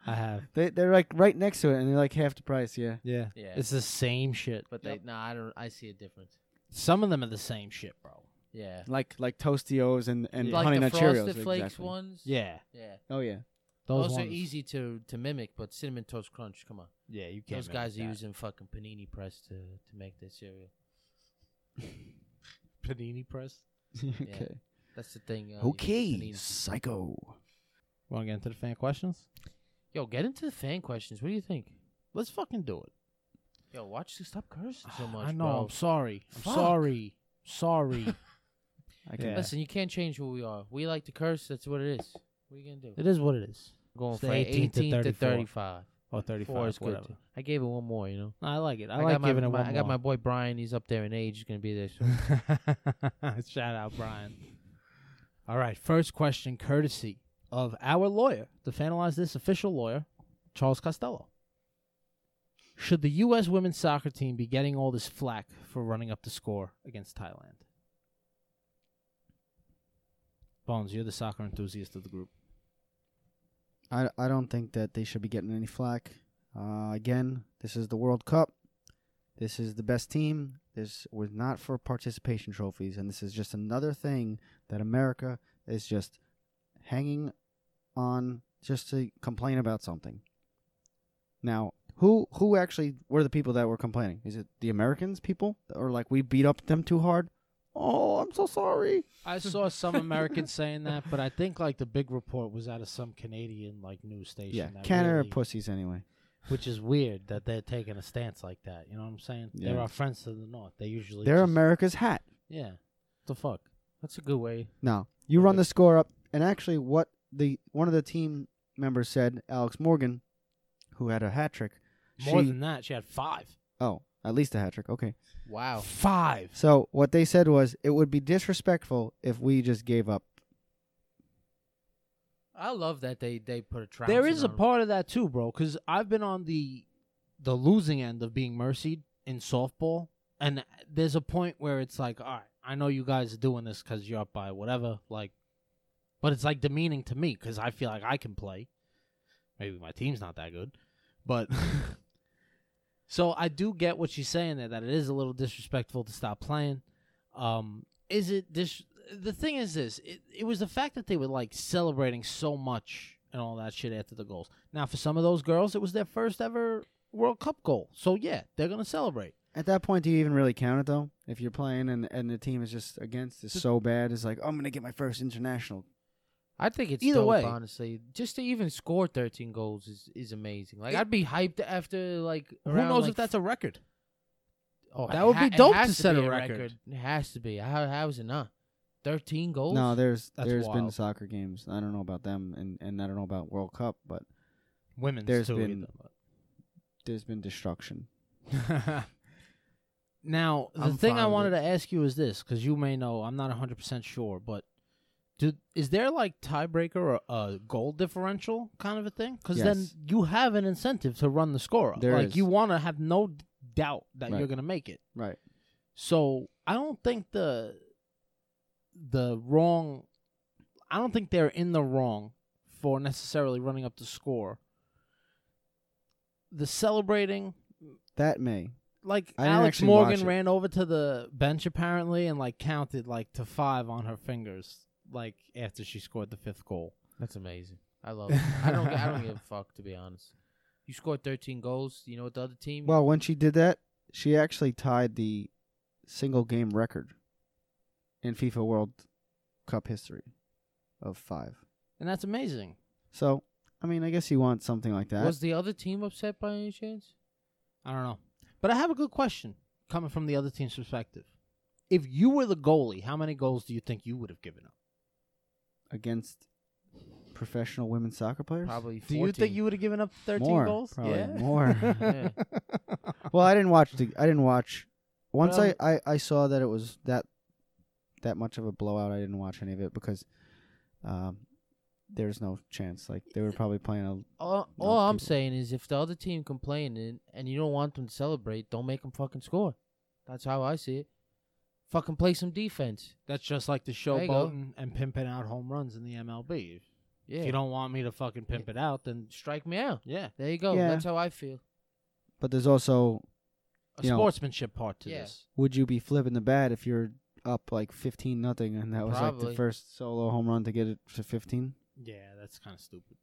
Speaker 2: I have.
Speaker 4: they they're like right next to it and they're like half the price, yeah.
Speaker 2: Yeah.
Speaker 3: Yeah.
Speaker 2: It's the same shit.
Speaker 3: but they, no, I don't. I see a difference.
Speaker 2: Some of them are the same shit, bro.
Speaker 3: Yeah.
Speaker 4: Like like Tostios and and
Speaker 3: like
Speaker 4: Honey
Speaker 3: the
Speaker 4: Nut
Speaker 3: Frosted
Speaker 4: Cheerios.
Speaker 3: Flakes
Speaker 4: exactly.
Speaker 3: ones.
Speaker 2: Yeah.
Speaker 3: Yeah.
Speaker 4: Oh yeah.
Speaker 2: Those,
Speaker 3: Those, are
Speaker 2: ones-
Speaker 3: easy to, to mimic, but Cinnamon Toast Crunch, come on.
Speaker 2: Yeah, you can't.
Speaker 3: Those
Speaker 2: mimic
Speaker 3: guys are
Speaker 2: that.
Speaker 3: using fucking panini press to, to make their cereal.
Speaker 2: panini press.
Speaker 4: okay.
Speaker 3: That's the thing. Uh, you get the
Speaker 4: Okay.
Speaker 3: panini-
Speaker 4: Psycho.
Speaker 2: Want to get into the fan questions?
Speaker 3: Yo, get into the fan questions. What do you think?
Speaker 2: Let's fucking do it.
Speaker 3: Yo, watch this. Stop cursing so much,
Speaker 2: I know.
Speaker 3: bro.
Speaker 2: I'm sorry. I'm
Speaker 3: Fuck.
Speaker 2: sorry. Sorry.
Speaker 4: I can
Speaker 2: Yeah.
Speaker 3: Listen, you can't change who we are. We like to curse. That's what it is. What are you gonna do?
Speaker 2: it is what it is.
Speaker 3: Going
Speaker 2: It's the
Speaker 3: for
Speaker 2: 18
Speaker 3: 18
Speaker 2: to
Speaker 3: to
Speaker 2: 34.
Speaker 3: 35.
Speaker 2: Oh, 35,
Speaker 3: Four is good.
Speaker 2: whatever.
Speaker 3: too. I gave it one more. You know.
Speaker 2: No, I like it. I,
Speaker 3: got
Speaker 2: like
Speaker 3: my,
Speaker 2: giving it
Speaker 3: my-
Speaker 2: one
Speaker 3: I got my
Speaker 2: more.
Speaker 3: boy Brian. He's up there in age. He's gonna be there. soon.
Speaker 2: Shout out, Brian. All right. First question, courtesy of our lawyer, the Fanalize This official lawyer, Charles Costello. Should the U.S. women's soccer team be getting all this flack for running up the score against Thailand? Bones, you're the soccer enthusiast of the group.
Speaker 4: I, I don't think that they should be getting any flack. Uh, again, this is the World Cup. This is the best team. This was not for participation trophies, and this is just another thing that America is just hanging on just to complain about something. Now, who who actually were the people that were complaining? Is it the Americans people, or like we beat up them too hard? Oh, I'm so sorry.
Speaker 2: I saw some Americans saying that, but I think like the big report was out of some Canadian like news station.
Speaker 4: Yeah,
Speaker 2: that
Speaker 4: Canada
Speaker 2: really-
Speaker 4: are pussies anyway.
Speaker 2: which is weird that they're taking a stance like that. You know what I'm saying? They're
Speaker 4: Yeah.
Speaker 2: our friends to the north. They usually
Speaker 4: They're
Speaker 2: just-
Speaker 4: America's hat.
Speaker 2: Yeah, the fuck.
Speaker 3: That's a good way.
Speaker 4: No, you run the score up, and actually, what the one of the team members said, Alex Morgan, who had a hat trick.
Speaker 2: More
Speaker 4: she-
Speaker 2: than that, she had five.
Speaker 4: oh, at least a hat trick. Okay.
Speaker 3: Wow.
Speaker 2: Five.
Speaker 4: So what they said was, it would be disrespectful if we just gave up.
Speaker 3: I love that they they put a trouncing.
Speaker 2: There is a
Speaker 3: on 'em.
Speaker 2: part of that too, bro. Because I've been on the the losing end of being mercied in softball, and there's a point where it's like, all right, I know you guys are doing this because you're up by whatever, like, but it's like demeaning to me because I feel like I can play. Maybe my team's not that good, but so I do get what she's saying there. That it is a little disrespectful to stop playing. Um, is it this? The thing is this: it, it was the fact that they were like celebrating so much and all that shit after the goals. Now, for some of those girls, it was their first ever World Cup goal, so yeah, they're gonna celebrate.
Speaker 4: At that point, do you even really count it though? If you're playing and and the team is just against is so bad, it's like I'm gonna get my first international.
Speaker 3: I think it's
Speaker 2: Either
Speaker 3: dope,
Speaker 2: way.
Speaker 3: honestly. Just to even score 13 goals is, is amazing. Like
Speaker 2: It-
Speaker 3: I'd be hyped after like
Speaker 2: Who
Speaker 3: around,
Speaker 2: knows
Speaker 3: like,
Speaker 2: if that's a record?
Speaker 3: oh,
Speaker 2: that
Speaker 3: it
Speaker 2: would
Speaker 3: ha-
Speaker 2: be
Speaker 3: it
Speaker 2: dope
Speaker 3: has
Speaker 2: to set
Speaker 3: be
Speaker 2: a record.
Speaker 3: It has to be. How how is it not? 13 goals?
Speaker 4: No, there's
Speaker 2: That's
Speaker 4: there's been
Speaker 2: wild.
Speaker 4: soccer games. I don't know about them, and and I don't know about World Cup, but
Speaker 2: Women's
Speaker 4: There's
Speaker 2: too.
Speaker 4: been-
Speaker 2: either,
Speaker 4: there's been destruction.
Speaker 2: now, the
Speaker 4: I'm
Speaker 2: thing
Speaker 4: fine
Speaker 2: I
Speaker 4: with
Speaker 2: wanted to ask you is this, because you may know, I'm not 100% sure, but do, is there like tiebreaker or a goal differential kind of a thing? Because then
Speaker 4: Yes.
Speaker 2: you have an incentive to run the score up.
Speaker 4: There
Speaker 2: like,
Speaker 4: is.
Speaker 2: you want to have no d- doubt that
Speaker 4: Right.
Speaker 2: you're going to make it.
Speaker 4: Right.
Speaker 2: So I don't think the the wrong I don't think they're in the wrong for necessarily running up the score. The celebrating
Speaker 4: That may.
Speaker 2: like
Speaker 4: I didn't
Speaker 2: Alex
Speaker 4: actually watch
Speaker 2: Morgan
Speaker 4: it.
Speaker 2: ran over to the bench apparently and like counted like to five on her fingers like after she scored the fifth goal.
Speaker 3: That's amazing. I love it. I don't I don't give a fuck to be honest. You scored 13 goals, you know what the other team?
Speaker 4: Well, when she did that, she actually tied the single game record in FIFA World Cup history of five.
Speaker 2: And that's amazing.
Speaker 4: So, I mean, I guess you want something like that.
Speaker 3: was the other team upset by any chance?
Speaker 2: I don't know. But I have a good question coming from the other team's perspective. If you were the goalie, how many goals do you think you would have given up?
Speaker 4: against professional women's soccer players?
Speaker 3: Probably 14.
Speaker 2: Do you think you would have given up 13
Speaker 4: More,
Speaker 2: goals?
Speaker 4: probably
Speaker 2: yeah.
Speaker 4: more.
Speaker 3: Yeah.
Speaker 4: Well, I didn't watch the. I didn't watch. Once
Speaker 3: Well-
Speaker 4: I, I I saw that it was that that much of a blowout. I didn't watch any of it because um, there's no chance. Like they were probably playing a
Speaker 3: All,
Speaker 4: No,
Speaker 3: all I'm
Speaker 4: people-
Speaker 3: saying is, if the other team complaining and you don't want them to celebrate, don't make them fucking score. That's how I see it. Fucking play some defense.
Speaker 2: That's just like the
Speaker 3: There you go.
Speaker 2: showboating and pimping out home runs in the MLB.
Speaker 3: Yeah.
Speaker 2: If you don't want me to fucking pimp it out, then
Speaker 3: strike me out.
Speaker 2: yeah.
Speaker 3: There you go.
Speaker 4: Yeah.
Speaker 3: That's how I feel.
Speaker 4: But there's also,
Speaker 2: A
Speaker 4: You know-
Speaker 2: sportsmanship part to
Speaker 3: Yeah.
Speaker 2: this.
Speaker 4: would you be flipping the bat if you're up like 15 nothing and that was like
Speaker 3: Probably.
Speaker 4: the first solo home run to get it to 15?
Speaker 2: Yeah, that's kind of stupid.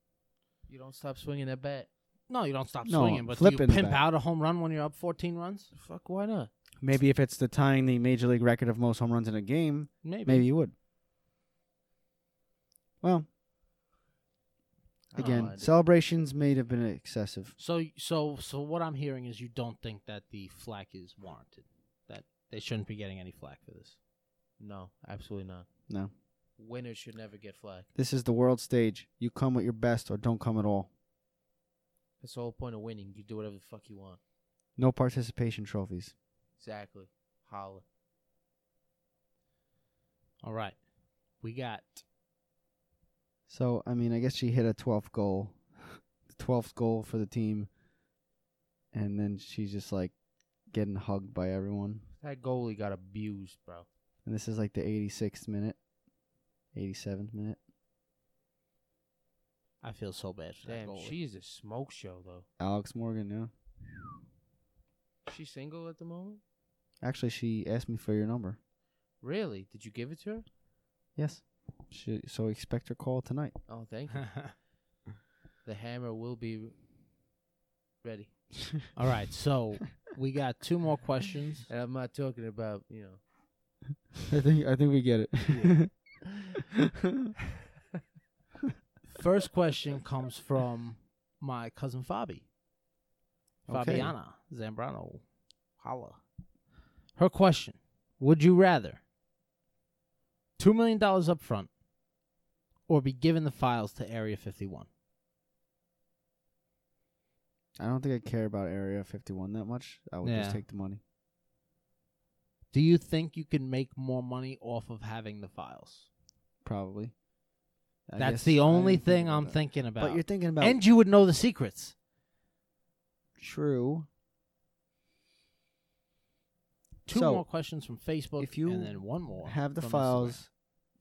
Speaker 3: You don't stop swinging that bat.
Speaker 2: No, you don't stop
Speaker 4: No,
Speaker 2: swinging, but do you
Speaker 4: flipping the
Speaker 2: pimp
Speaker 4: bat.
Speaker 2: out a home run when you're up 14 runs?
Speaker 3: Fuck, why not?
Speaker 4: Maybe if it's the tying the major league record of most home runs in a game,
Speaker 2: Maybe.
Speaker 4: maybe you would. Well,
Speaker 3: I don't
Speaker 4: again,
Speaker 3: mind it.
Speaker 4: celebrations may have been excessive.
Speaker 2: So, so, so what I'm hearing is you don't think that the flack is warranted. That they shouldn't be getting any flack for this.
Speaker 3: No, absolutely not.
Speaker 4: No.
Speaker 3: Winners should never get flack.
Speaker 4: This is the world stage. You come with your best or don't come at all.
Speaker 3: That's the whole point of winning. You do whatever the fuck you want.
Speaker 4: No participation trophies.
Speaker 3: Exactly. Holla.
Speaker 2: All right, we got
Speaker 4: So, I mean, I guess she hit a 12th goal, the 12th goal for the team. And then she's just like getting hugged by everyone.
Speaker 3: That goalie got abused, bro.
Speaker 4: And this is like the 86th minute. 87th minute.
Speaker 2: I feel so bad for that
Speaker 3: Damn,
Speaker 2: goalie.
Speaker 3: she's a smoke show though.
Speaker 4: Alex Morgan, yeah.
Speaker 3: She's single at the moment.
Speaker 4: Actually, she asked me for your number.
Speaker 3: Really? Did you give it to her?
Speaker 4: Yes. She, so expect her call tonight.
Speaker 3: Oh, thank you. the hammer will be ready.
Speaker 2: All right, so we got two more questions.
Speaker 3: And I'm not talking about you know.
Speaker 4: I think I think we get it.
Speaker 2: First question comes from my cousin Fabi.
Speaker 4: Okay.
Speaker 2: Fabiana Zambrano. Holla. Her question Would you rather $2 million up front or be given the files to Area 51?
Speaker 4: I don't think I care about Area 51 that much. I would
Speaker 2: Yeah.
Speaker 4: just take the money.
Speaker 2: Do you think you can make more money off of having the files?
Speaker 4: Probably. I
Speaker 2: That's
Speaker 4: guess
Speaker 2: the
Speaker 4: I
Speaker 2: only
Speaker 4: didn't think
Speaker 2: thing
Speaker 4: about
Speaker 2: I'm
Speaker 4: that.
Speaker 2: thinking about.
Speaker 4: But you're thinking about
Speaker 2: and you would know the secrets.
Speaker 4: true.
Speaker 2: Two
Speaker 4: So,
Speaker 2: more questions from Facebook
Speaker 4: if you
Speaker 2: and then one more.
Speaker 4: Have the
Speaker 2: from Instagram.
Speaker 4: files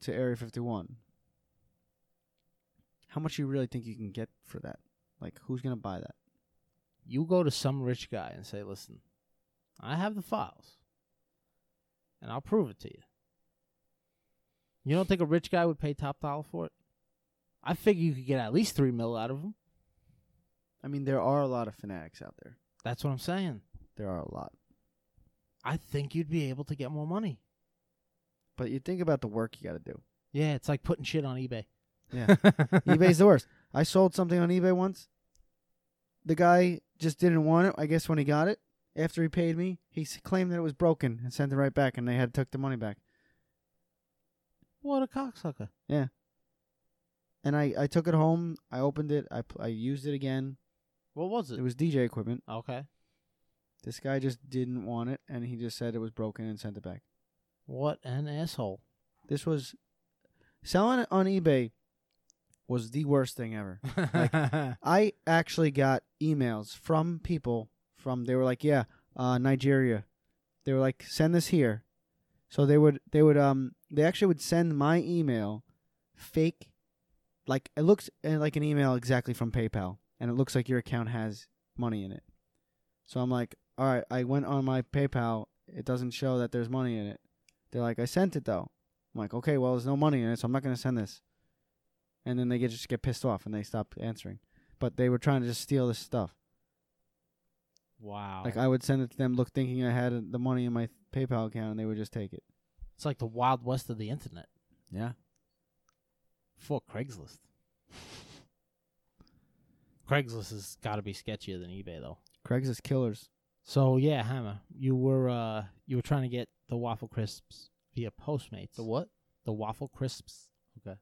Speaker 4: to Area 51. How much you really think you can get for that? Like, who's gonna buy that?
Speaker 2: you go to some rich guy and say, "Listen, I have the files, and I'll prove it to you." You don't think a rich guy would pay top dollar for it? I figure you could get at least three mil out of him.
Speaker 4: I mean, there are a lot of fanatics out there.
Speaker 2: That's what I'm saying.
Speaker 4: There are a lot.
Speaker 2: I think you'd be able to get more money.
Speaker 4: But you think about the work you got to do.
Speaker 2: Yeah, it's like putting shit on eBay.
Speaker 4: Yeah. eBay's the worst. I sold something on eBay once. The guy just didn't want it. I guess when he got it, after he paid me, he s- claimed that it was broken and sent it right back, and they had took the money back.
Speaker 2: what a cocksucker!
Speaker 4: And I, I took it home. I opened it. I, pl- I used it again.
Speaker 2: What was it?
Speaker 4: It was DJ equipment.
Speaker 2: okay.
Speaker 4: This guy just didn't want it, and he just said it was broken and sent it back.
Speaker 2: What an asshole!
Speaker 4: This was selling it on eBay was the worst thing ever. I actually got emails from people from they were like, yeah, uh, Nigeria. They were like, send this here. So they would they would um they actually would send my email fake like it looks uh, like an email exactly from PayPal and it looks like your account has money in it. So I'm like, all right, I went on my PayPal, it doesn't show that there's money in it. They're like, I sent it though. I'm like, okay, well, there's no money in it, so I'm not going to send this. And then they get, just get pissed off and they stop answering. But they were trying to just steal this stuff.
Speaker 2: wow.
Speaker 4: Like I would send it to them, look, thinking I had the money in my PayPal account, and they would just take it.
Speaker 2: it's like the wild west of the internet.
Speaker 4: Yeah.
Speaker 2: For Craigslist. Craigslist has got to be sketchier than eBay though.
Speaker 4: Craigslist killers.
Speaker 2: So yeah, Hammer, you were uh you were trying to get the waffle crisps via Postmates.
Speaker 3: The what?
Speaker 2: The waffle crisps.
Speaker 3: Okay.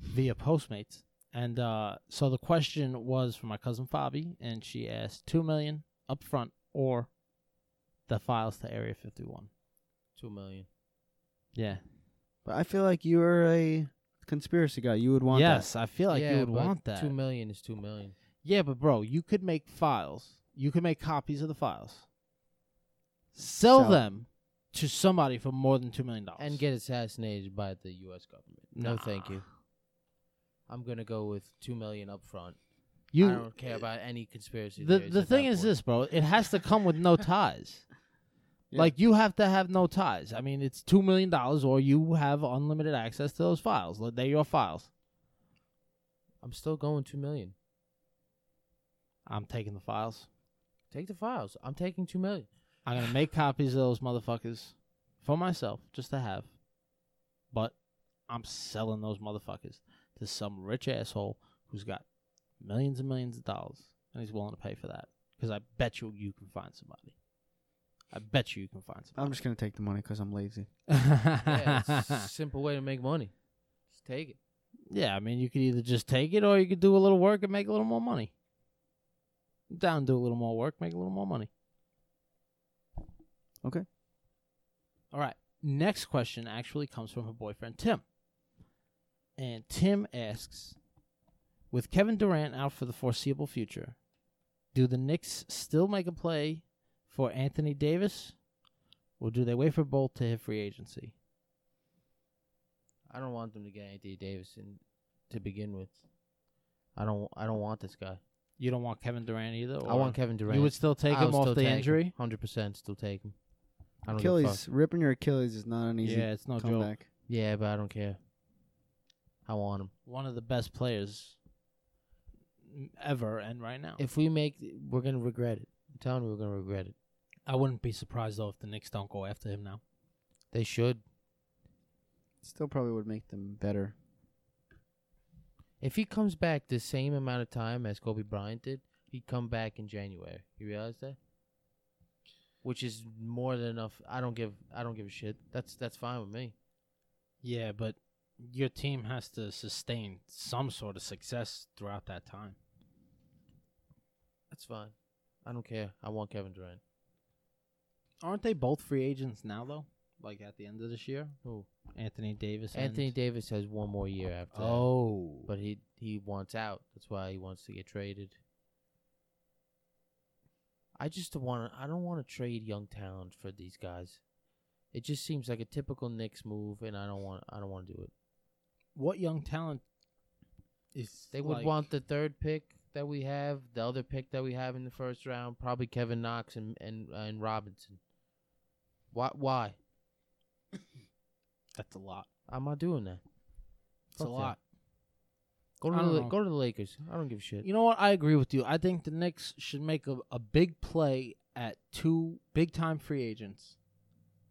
Speaker 2: Via Postmates. And uh so the question was from my cousin Fabi and she asked 2 million up front or the files to Area 51.
Speaker 3: Two million.
Speaker 2: Yeah.
Speaker 4: But I feel like you're a conspiracy guy. You would want
Speaker 2: yes, I feel like you would
Speaker 3: but
Speaker 2: want that.
Speaker 3: Two million is two million.
Speaker 2: Yeah, but bro, you could make files. You could make copies of the files. Sell,
Speaker 4: Sell.
Speaker 2: them to somebody for more than two million dollars.
Speaker 3: And get assassinated by the U.S. government. No,
Speaker 2: Nah.
Speaker 3: thank you. I'm gonna go with two million up front.
Speaker 2: you. eh,
Speaker 3: I don't care about any conspiracy.
Speaker 2: the
Speaker 3: theories
Speaker 2: the
Speaker 3: at
Speaker 2: thing
Speaker 3: that
Speaker 2: is
Speaker 3: point.
Speaker 2: this, bro. It has to come with no ties.
Speaker 4: Yeah.
Speaker 2: Like you have to have no ties. I mean, it's two million dollars, or you have unlimited access to those files. Like, They're your files.
Speaker 3: I'm still going two million.
Speaker 2: I'm taking the files.
Speaker 3: Take the files. I'm taking two million.
Speaker 2: I'm gonna make copies of those motherfuckers for myself, just to have. But I'm selling those motherfuckers to some rich asshole who's got millions and millions of dollars, and he's willing to pay for that. Because I bet you you can find somebody. I bet you you can find
Speaker 4: that. I'm just gonna take the money because I'm lazy.
Speaker 2: somebody.
Speaker 3: Yeah, it's
Speaker 2: Yeah,
Speaker 3: a simple way to make money. Just take it.
Speaker 2: I mean, you could either just take it or you could do a little work and make a little more money. Down, do a little more work, make a little more money.
Speaker 4: Okay.
Speaker 2: All right. Next question actually comes from her boyfriend, Tim. And Tim asks With Kevin Durant out for the foreseeable future, do the Knicks still make a play for Anthony Davis? Or do they wait for Bolt to hit free agency?
Speaker 3: I don't want them to get Anthony Davis in, to begin with. I don't. I don't want this guy.
Speaker 2: You don't want Kevin Durant either.
Speaker 3: I
Speaker 2: or
Speaker 3: want Kevin Durant.
Speaker 2: You would still take him off the injury.
Speaker 3: Hundred percent, still take him. I don't give a
Speaker 4: Achilles ripping your Achilles is not an easy
Speaker 2: Yeah, it's no joke.
Speaker 4: comeback.
Speaker 3: fuck. Yeah, but I don't care. I want him.
Speaker 2: One of the best players ever, and right now,
Speaker 3: If we make, we're gonna regret it. I'm telling you, we're gonna regret it.
Speaker 2: I wouldn't be surprised though if the Knicks don't go after him now.
Speaker 3: They should.
Speaker 4: Still probably would make them better.
Speaker 3: If he comes back the same amount of time as Kobe Bryant did, he'd come back in January. You realize that? Which is more than enough. I don't give. I don't give a shit. That's that's fine with me.
Speaker 2: Yeah, but your team has to sustain some sort of success throughout that time.
Speaker 3: That's fine. I don't care. I want Kevin Durant.
Speaker 2: Aren't they both free agents now though? Like at the end of this year,
Speaker 3: Who?
Speaker 2: Anthony Davis.
Speaker 3: Anthony
Speaker 2: And...
Speaker 3: Davis has one more year after. that.
Speaker 2: oh,
Speaker 3: But he he wants out. That's why he wants to get traded. I just want to. I don't want to trade young talent for these guys. It just seems like a typical Knicks move, and I don't want. I don't want to do it.
Speaker 2: what young talent is
Speaker 3: They would
Speaker 2: like-
Speaker 3: want the third pick that we have, the other pick that we have in the first round, probably Kevin Knox and and, uh, and Robinson. Why? Why?
Speaker 2: That's a lot.
Speaker 3: I'm not doing that.
Speaker 2: It's a
Speaker 3: Fuck that.
Speaker 2: lot.
Speaker 3: Go to
Speaker 2: I
Speaker 3: the
Speaker 2: don't
Speaker 3: La-
Speaker 2: know.
Speaker 3: go to the Lakers. I don't give a shit.
Speaker 2: You know what? I agree with you. I think the Knicks should make a, a big play at two big time free agents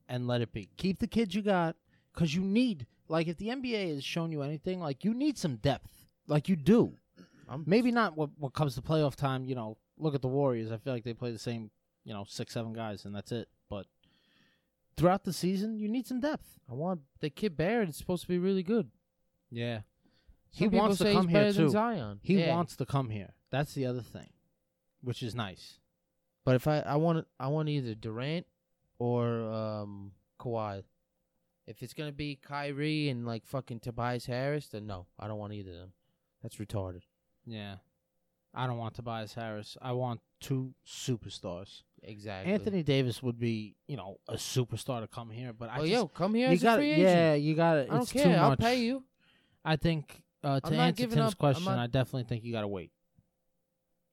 Speaker 2: and let it be. Keep the kids you got because you need, like, if the NBA has shown you anything, like, you need some depth. Like, you do.
Speaker 3: I'm-
Speaker 2: Maybe not what, what comes to playoff time. You know, look at the Warriors. I feel like they play the same, you know, six, seven guys, and that's it. But throughout the season, you need some depth.
Speaker 3: I want the kid Barrett is supposed to be really good.
Speaker 2: Yeah. He
Speaker 3: Some people
Speaker 2: wants to
Speaker 3: say he's
Speaker 2: come here,
Speaker 3: better than
Speaker 2: too.
Speaker 3: Zion.
Speaker 2: He
Speaker 3: Yeah.
Speaker 2: wants to come here. That's the other thing, which is nice.
Speaker 3: But if I I want I want either Durant or um Kawhi. If it's gonna be Kyrie and like fucking Tobias Harris, then no, I don't want either of them. That's retarded.
Speaker 2: Yeah. I don't want Tobias Harris. I want two superstars.
Speaker 3: Exactly.
Speaker 2: Anthony Davis would be, you know, a superstar to come here, but I
Speaker 3: oh
Speaker 2: just,
Speaker 3: yo, come here
Speaker 2: you
Speaker 3: as
Speaker 2: got
Speaker 3: a free agent.
Speaker 2: yeah, you got it.
Speaker 3: I don't
Speaker 2: it's
Speaker 3: care.
Speaker 2: Too much.
Speaker 3: I'll pay you.
Speaker 2: I think uh, to
Speaker 3: I'm not
Speaker 2: answer
Speaker 3: giving
Speaker 2: Tim's
Speaker 3: up- I'm
Speaker 2: question,
Speaker 3: not-
Speaker 2: I definitely think you got to wait.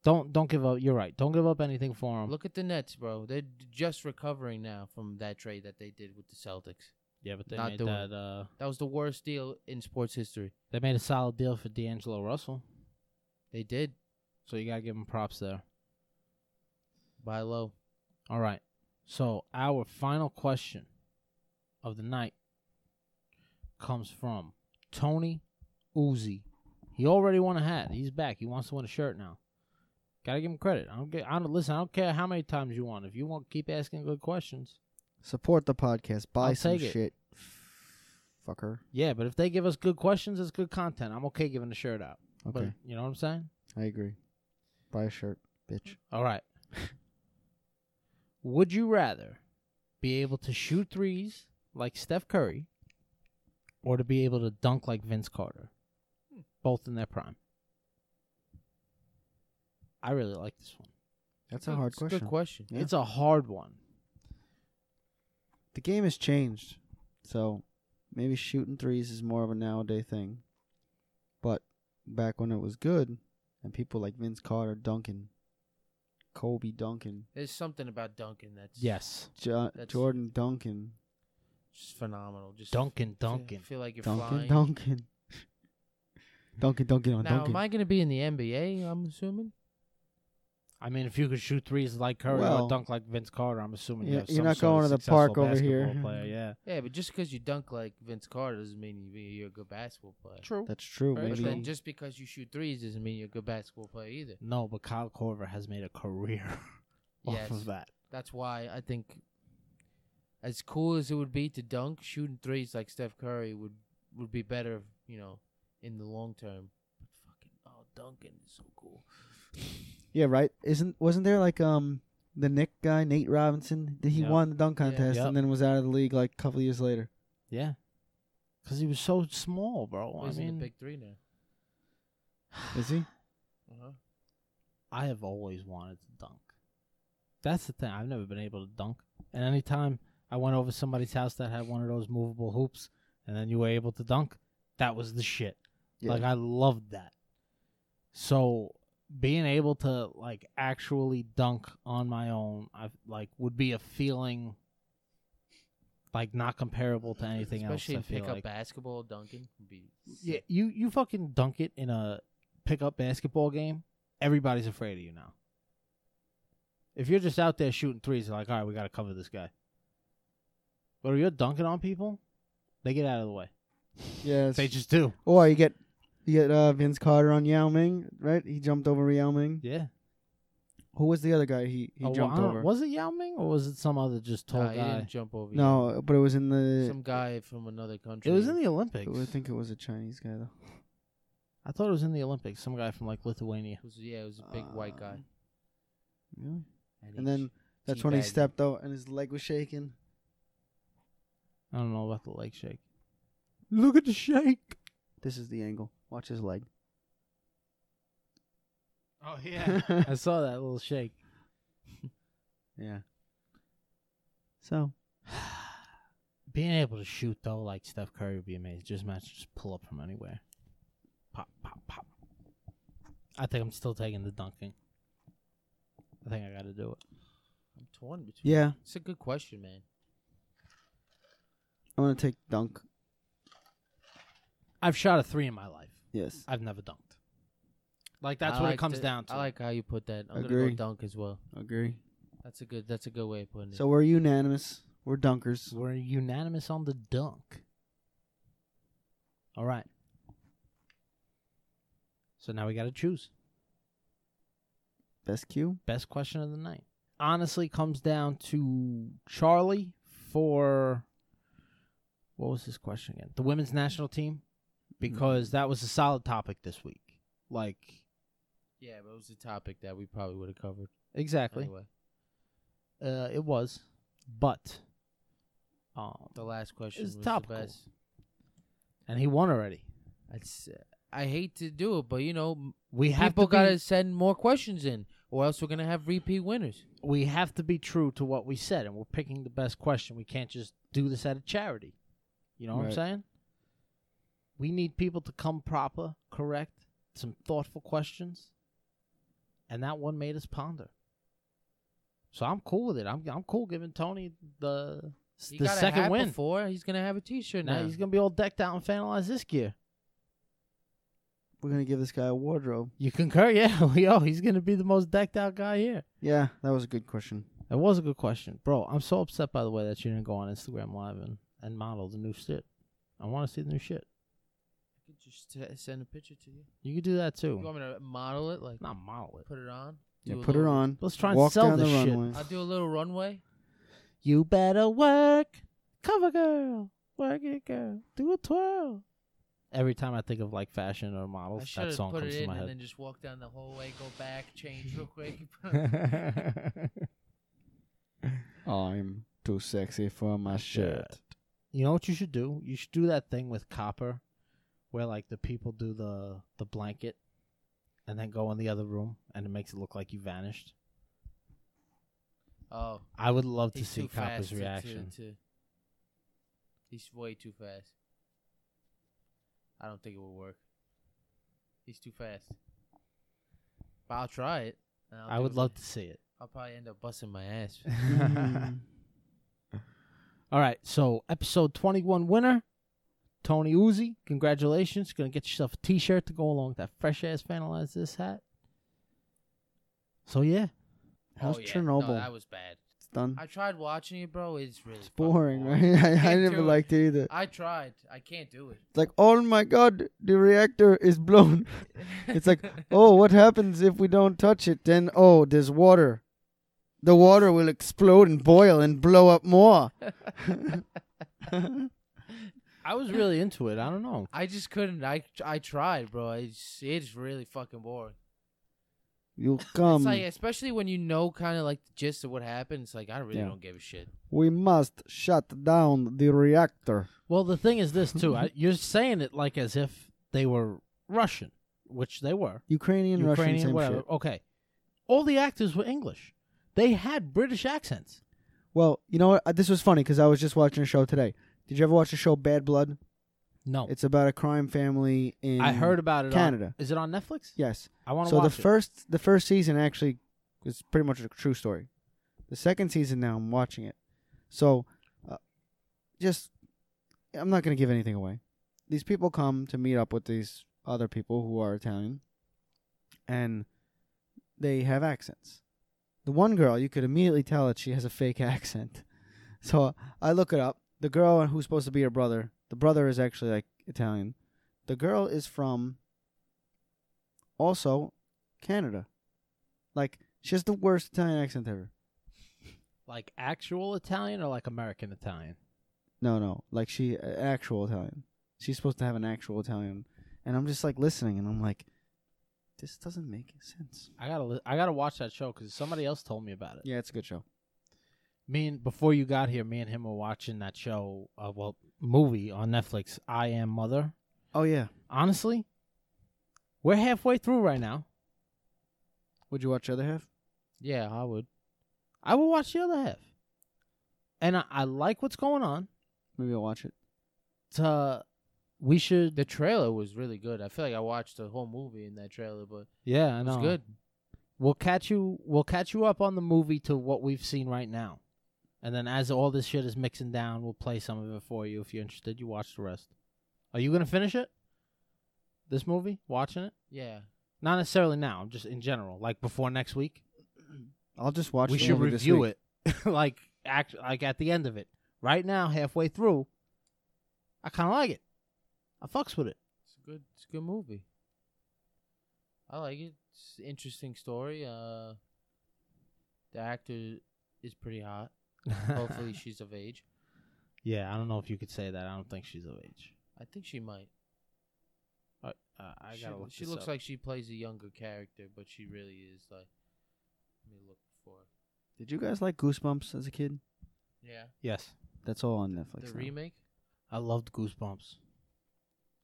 Speaker 2: Don't don't give up. You're right. Don't give up anything for him.
Speaker 3: Look at the Nets, bro. They're d- just recovering now from that trade that they did with the Celtics.
Speaker 2: yeah, but they
Speaker 3: not
Speaker 2: made
Speaker 3: doing
Speaker 2: that. Uh,
Speaker 3: That was the worst deal in sports history.
Speaker 2: they made a solid deal for D'Angelo Russell,
Speaker 3: They did.
Speaker 2: so you got to give him props there.
Speaker 3: Buy low.
Speaker 2: All right. So our final question of the night comes from Tony Uzi. He already won a hat. He's back. He wants to win a shirt now. Gotta give him credit. I don't get. I don't listen. I don't care how many times you want. If you want, keep asking good questions.
Speaker 4: Support the podcast. Buy
Speaker 2: I'll
Speaker 4: some
Speaker 2: take it.
Speaker 4: shit. Fucker.
Speaker 2: Yeah, but if they give us good questions, it's good content. I'm okay giving the shirt out. But
Speaker 4: Okay.
Speaker 2: you know what I'm saying?
Speaker 4: I agree. Buy a shirt, bitch.
Speaker 2: All right. Would you rather be able to shoot threes like Steph Curry or to be able to dunk like Vince Carter? Both in their prime. I really like this one.
Speaker 4: That's a hard
Speaker 3: It's Good
Speaker 4: question.
Speaker 3: question.
Speaker 4: Yeah.
Speaker 2: It's a hard one.
Speaker 4: the game has changed, so maybe shooting threes is more of a nowadays thing. But back when it was good, and people like Vince Carter, Duncan, Kobe Duncan,
Speaker 3: There's something about Duncan that's
Speaker 2: Yes.
Speaker 4: jo-
Speaker 3: That's-
Speaker 4: Jordan Duncan,
Speaker 3: just phenomenal. Just
Speaker 2: Duncan,
Speaker 3: feel-
Speaker 2: Duncan.
Speaker 3: Feel like you're
Speaker 4: Duncan,
Speaker 3: flying.
Speaker 4: Duncan, Duncan, Duncan on
Speaker 3: Now,
Speaker 4: Duncan.
Speaker 3: am I going to be in the NBA? I'm assuming.
Speaker 2: I mean, if you could shoot threes like Curry
Speaker 4: Well-
Speaker 2: or dunk like Vince Carter, I'm assuming you
Speaker 4: Yeah,
Speaker 2: have
Speaker 4: you're
Speaker 2: some
Speaker 4: not
Speaker 2: sort
Speaker 4: going
Speaker 2: of
Speaker 4: to the
Speaker 2: successful
Speaker 4: park over here.
Speaker 2: basketball Player. Yeah.
Speaker 3: Yeah, but just because you dunk like Vince Carter doesn't mean you- you're a good basketball player.
Speaker 2: True.
Speaker 4: That's true.
Speaker 2: Very
Speaker 3: But
Speaker 4: Maybe
Speaker 3: then just because you shoot threes doesn't mean you're a good basketball player either.
Speaker 2: No, but Kyle Corver has made a career
Speaker 3: Yes.
Speaker 2: off of that.
Speaker 3: That's why I think, as cool as it would be to dunk, shooting threes like Steph Curry would would be better, you know, in the long term. But fucking oh, Duncan is so cool.
Speaker 4: yeah, right. Isn't wasn't there like um the Nick guy Nate Robinson? Did He
Speaker 2: Yep.
Speaker 4: won the dunk
Speaker 3: Yeah.
Speaker 4: contest
Speaker 2: Yep.
Speaker 4: and then was out of the league like a couple years later.
Speaker 2: Yeah. Because he was so small, bro.
Speaker 3: He's
Speaker 2: I
Speaker 3: in
Speaker 2: mean,
Speaker 3: the big three now.
Speaker 4: Is he?
Speaker 3: Uh-huh.
Speaker 2: I have always wanted to dunk. That's the thing. I've never been able to dunk. And anytime I went over somebody's house that had one of those movable hoops, and then you were able to dunk. That was the shit.
Speaker 4: Yeah.
Speaker 2: Like I loved that. So being able to like actually dunk on my own, I like would be a feeling like not comparable to anything
Speaker 3: Especially in
Speaker 2: else. I feel
Speaker 3: pickup
Speaker 2: like.
Speaker 3: basketball, dunking. would Be
Speaker 2: Yeah, you you fucking dunk it in a pickup basketball game. Everybody's afraid of you now. If you're just out there shooting threes, they're like, all right, we got to cover this guy. But if you're dunking on people, they get out of the way.
Speaker 4: Yes.
Speaker 2: They just do.
Speaker 4: Or you get you get uh, Vince Carter on Yao Ming, right? He jumped over Yao Ming.
Speaker 2: Yeah.
Speaker 4: Who was the other guy? He he
Speaker 2: Oh, well,
Speaker 4: jumped
Speaker 2: I don't-
Speaker 4: over. Uh,
Speaker 2: Was it Yao Ming or was it some other just tall
Speaker 3: Nah, he
Speaker 2: guy?
Speaker 3: didn't jump over.
Speaker 4: No, but it was in
Speaker 3: you.
Speaker 4: the.
Speaker 3: some guy from another country.
Speaker 2: It was in the
Speaker 4: I
Speaker 2: Olympics.
Speaker 4: would think it was a Chinese guy though.
Speaker 2: I thought it was in the Olympics. Some guy from like Lithuania.
Speaker 3: It was- yeah, it was a big white guy.
Speaker 4: Um, Really?
Speaker 3: he
Speaker 4: And then
Speaker 3: sh-
Speaker 4: that's when he
Speaker 3: teabagged him.
Speaker 4: stepped out and his leg was shaking.
Speaker 2: I don't know about the leg shake. Look at the shake.
Speaker 4: This is the angle. Watch his leg.
Speaker 2: Oh yeah, I saw that little shake.
Speaker 4: Yeah. So
Speaker 2: Being able to shoot though, like Steph Curry, would be amazing. Just match, just pull up from anywhere. Pop, pop, pop. I think I'm still taking the dunking. I think I got to do it.
Speaker 3: I'm torn between.
Speaker 4: yeah,
Speaker 3: It's a good question, man.
Speaker 4: I'm gonna take dunk.
Speaker 2: I've shot a three in my life.
Speaker 4: Yes.
Speaker 2: I've never dunked. Like that's
Speaker 3: I
Speaker 2: what
Speaker 3: like
Speaker 2: it comes
Speaker 3: the-
Speaker 2: down to.
Speaker 3: I like how you put that. I'm
Speaker 4: Agree.
Speaker 3: gonna go dunk as well.
Speaker 4: Agree.
Speaker 3: That's a good. That's a good way of putting it.
Speaker 4: So we're unanimous. We're dunkers.
Speaker 2: We're unanimous on the dunk. All right. So now we got to choose.
Speaker 4: Best cue.
Speaker 2: Best question of the night. Honestly, comes down to Charlie for what was his question again? The women's national team, because that was a solid topic this week. Like
Speaker 3: yeah, but it was a topic that we probably would have covered
Speaker 2: exactly,
Speaker 3: anyway.
Speaker 2: uh, it was, but um,
Speaker 3: The last question
Speaker 2: It's
Speaker 3: was
Speaker 2: topical.
Speaker 3: the best.
Speaker 2: and he won already.
Speaker 3: It's, I hate to do it, but you know, m-
Speaker 2: We have
Speaker 3: people
Speaker 2: to be-
Speaker 3: gotta send more questions in, or else we're gonna have repeat winners.
Speaker 2: we have to be true to what we said and we're picking the best question. We can't just do this out of charity. You know what I'm
Speaker 4: Right.
Speaker 2: saying? We need people to come proper, correct, some thoughtful questions. And that one made us ponder. So I'm cool with it. I'm I'm cool giving Tony the
Speaker 3: He
Speaker 2: the
Speaker 3: got a
Speaker 2: second
Speaker 3: hat
Speaker 2: win.
Speaker 3: Before he's gonna have a T-shirt now.
Speaker 2: Now he's gonna be all decked out and finalize this gear.
Speaker 4: We're gonna give this guy a wardrobe.
Speaker 2: You concur? Yeah, yo, he's gonna be the most decked out guy here.
Speaker 4: Yeah, that was a good question.
Speaker 2: That was a good question, bro. I'm so upset by the way that you didn't go on Instagram Live and, and model the new shit. I want to see the new shit.
Speaker 3: I could just uh, send a picture to you.
Speaker 2: You could do that
Speaker 3: You
Speaker 2: too.
Speaker 3: want me to model it? Like
Speaker 2: Not model it.
Speaker 3: put it on.
Speaker 4: Yeah,
Speaker 3: Do a
Speaker 4: put her
Speaker 3: little-
Speaker 4: on.
Speaker 2: Let's try and
Speaker 4: Walk
Speaker 2: sell
Speaker 4: down
Speaker 2: this
Speaker 4: the
Speaker 2: shit.
Speaker 4: runway.
Speaker 3: I'll do a little runway.
Speaker 2: You better work, cover girl, work it, girl, do a twirl. Every time I think of like fashion or
Speaker 3: I
Speaker 2: models,
Speaker 3: should
Speaker 2: Oh, that
Speaker 3: have
Speaker 2: song
Speaker 3: put
Speaker 2: comes
Speaker 3: it
Speaker 2: to
Speaker 3: in
Speaker 2: my
Speaker 3: and
Speaker 2: head.
Speaker 3: then just walk down the hallway, go back, change real quick.
Speaker 4: Oh, I'm too sexy for my shirt.
Speaker 2: You know what you should do? You should do that thing with copper, where like the people do the the blanket, and then go in the other room, and it makes it look like you vanished.
Speaker 3: oh,
Speaker 2: I would love to
Speaker 3: he's
Speaker 2: see
Speaker 3: too fast
Speaker 2: Copper's
Speaker 3: to- to-
Speaker 2: reaction.
Speaker 3: to- he's way too fast. I don't think it will work. He's too fast. But I'll try it. I don't
Speaker 2: I
Speaker 3: think
Speaker 2: would
Speaker 3: it's-
Speaker 2: love to see it.
Speaker 3: I'll probably end up busting my ass.
Speaker 2: Oh,
Speaker 3: Oh,
Speaker 2: All right, so episode 21 winner, Tony Uzi. Congratulations. Gonna get yourself a t shirt to go along with that fresh ass Finalize This hat. So, yeah.
Speaker 4: How's
Speaker 3: oh, yeah.
Speaker 4: Chernobyl?
Speaker 3: No, that was bad.
Speaker 4: it's done.
Speaker 3: I tried watching it, bro. It's really
Speaker 4: It's
Speaker 3: fucking
Speaker 4: boring, right? I, I
Speaker 3: Can't
Speaker 4: never
Speaker 3: do it.
Speaker 4: liked it either.
Speaker 3: I tried. I can't do it.
Speaker 4: It's like, oh my god, the reactor is blown. It's like, oh, what happens if we don't touch it? Then, oh, there's water. The water will explode and boil and blow up more.
Speaker 2: I was really into it. I don't know.
Speaker 3: I just couldn't. I I tried, bro. It's it's really fucking boring.
Speaker 4: You'll come.
Speaker 3: it's like especially when you know kind of like the gist of what happened. It's like I really
Speaker 4: Yeah.
Speaker 3: don't give a shit.
Speaker 4: we must shut down the reactor.
Speaker 2: Well, the thing is this, too. I, you're saying it like as if they were Russian, which they were.
Speaker 4: Ukrainian, Russian, same shit.
Speaker 2: Okay. All the actors were English, they had British accents.
Speaker 4: Well, you know what? Uh, This was funny because I was just watching a show today. Did you ever watch the show Bad Blood?
Speaker 2: No,
Speaker 4: It's about a crime family in
Speaker 2: Oh. I heard about it.
Speaker 4: Canada.
Speaker 2: On, is it on Netflix?
Speaker 4: Yes.
Speaker 2: I want to
Speaker 4: So the
Speaker 2: watch it.
Speaker 4: first the first season actually is pretty much a true story. The second season now I'm watching it. So uh, just I'm not going to give anything away. These people come to meet up with these other people who are Italian and they have accents. The one girl you could immediately tell that she has a fake accent. So I look it up. The girl who's supposed to be her brother, the brother is actually like Italian. The girl is from also Canada. Like she has the worst Italian accent ever.
Speaker 2: like actual Italian or like American Italian?
Speaker 4: No, no, like she uh, actual Italian. She's supposed to have an actual Italian, and I'm just like listening, and I'm like, this doesn't make sense.
Speaker 2: I gotta li- I gotta watch that show because somebody else told me about it.
Speaker 4: Yeah, it's a good show.
Speaker 2: Me and before you got here, me and him were watching that show, uh, well, movie on Netflix. I am Mother.
Speaker 4: Oh yeah,
Speaker 2: Honestly, we're halfway through right now.
Speaker 4: would you watch the other half?
Speaker 3: Yeah, I would.
Speaker 2: I will watch the other half, and I, I like what's going on.
Speaker 4: Maybe I'll watch it.
Speaker 2: To we should
Speaker 3: The trailer was really good. I feel like I watched the whole movie in that trailer, but
Speaker 2: yeah, I
Speaker 3: it
Speaker 2: know.
Speaker 3: was good.
Speaker 2: We'll catch you. We'll catch you up on the movie to what we've seen right now, and then as all this shit is mixing down, we'll play some of it for you. If you're interested, you watch the rest. Are you gonna finish it? This movie, watching it,
Speaker 3: Yeah.
Speaker 2: not necessarily now. I'm just in general, like before next week.
Speaker 4: I'll just watch.
Speaker 2: we
Speaker 4: the
Speaker 2: should
Speaker 4: movie this
Speaker 2: review
Speaker 4: week.
Speaker 2: it, like act, like at the end of it. Right now, halfway through, I kind of like it. I fucks with it.
Speaker 3: It's a good. It's a good movie. I like it. It's an interesting story. Uh, the actor is pretty hot. Hopefully, she's of age.
Speaker 2: yeah. I don't know if you could say that. I don't think she's of age.
Speaker 3: I think she might.
Speaker 2: Uh, uh, I
Speaker 3: she,
Speaker 2: gotta look.
Speaker 3: She
Speaker 2: this
Speaker 3: looks
Speaker 2: up.
Speaker 3: like she plays a younger character, but she really is like. Let me look for. her.
Speaker 4: Did you guys like Goosebumps as a kid?
Speaker 3: Yeah.
Speaker 2: yes.
Speaker 4: That's all on Netflix.
Speaker 3: the
Speaker 4: now.
Speaker 3: remake.
Speaker 2: I loved Goosebumps.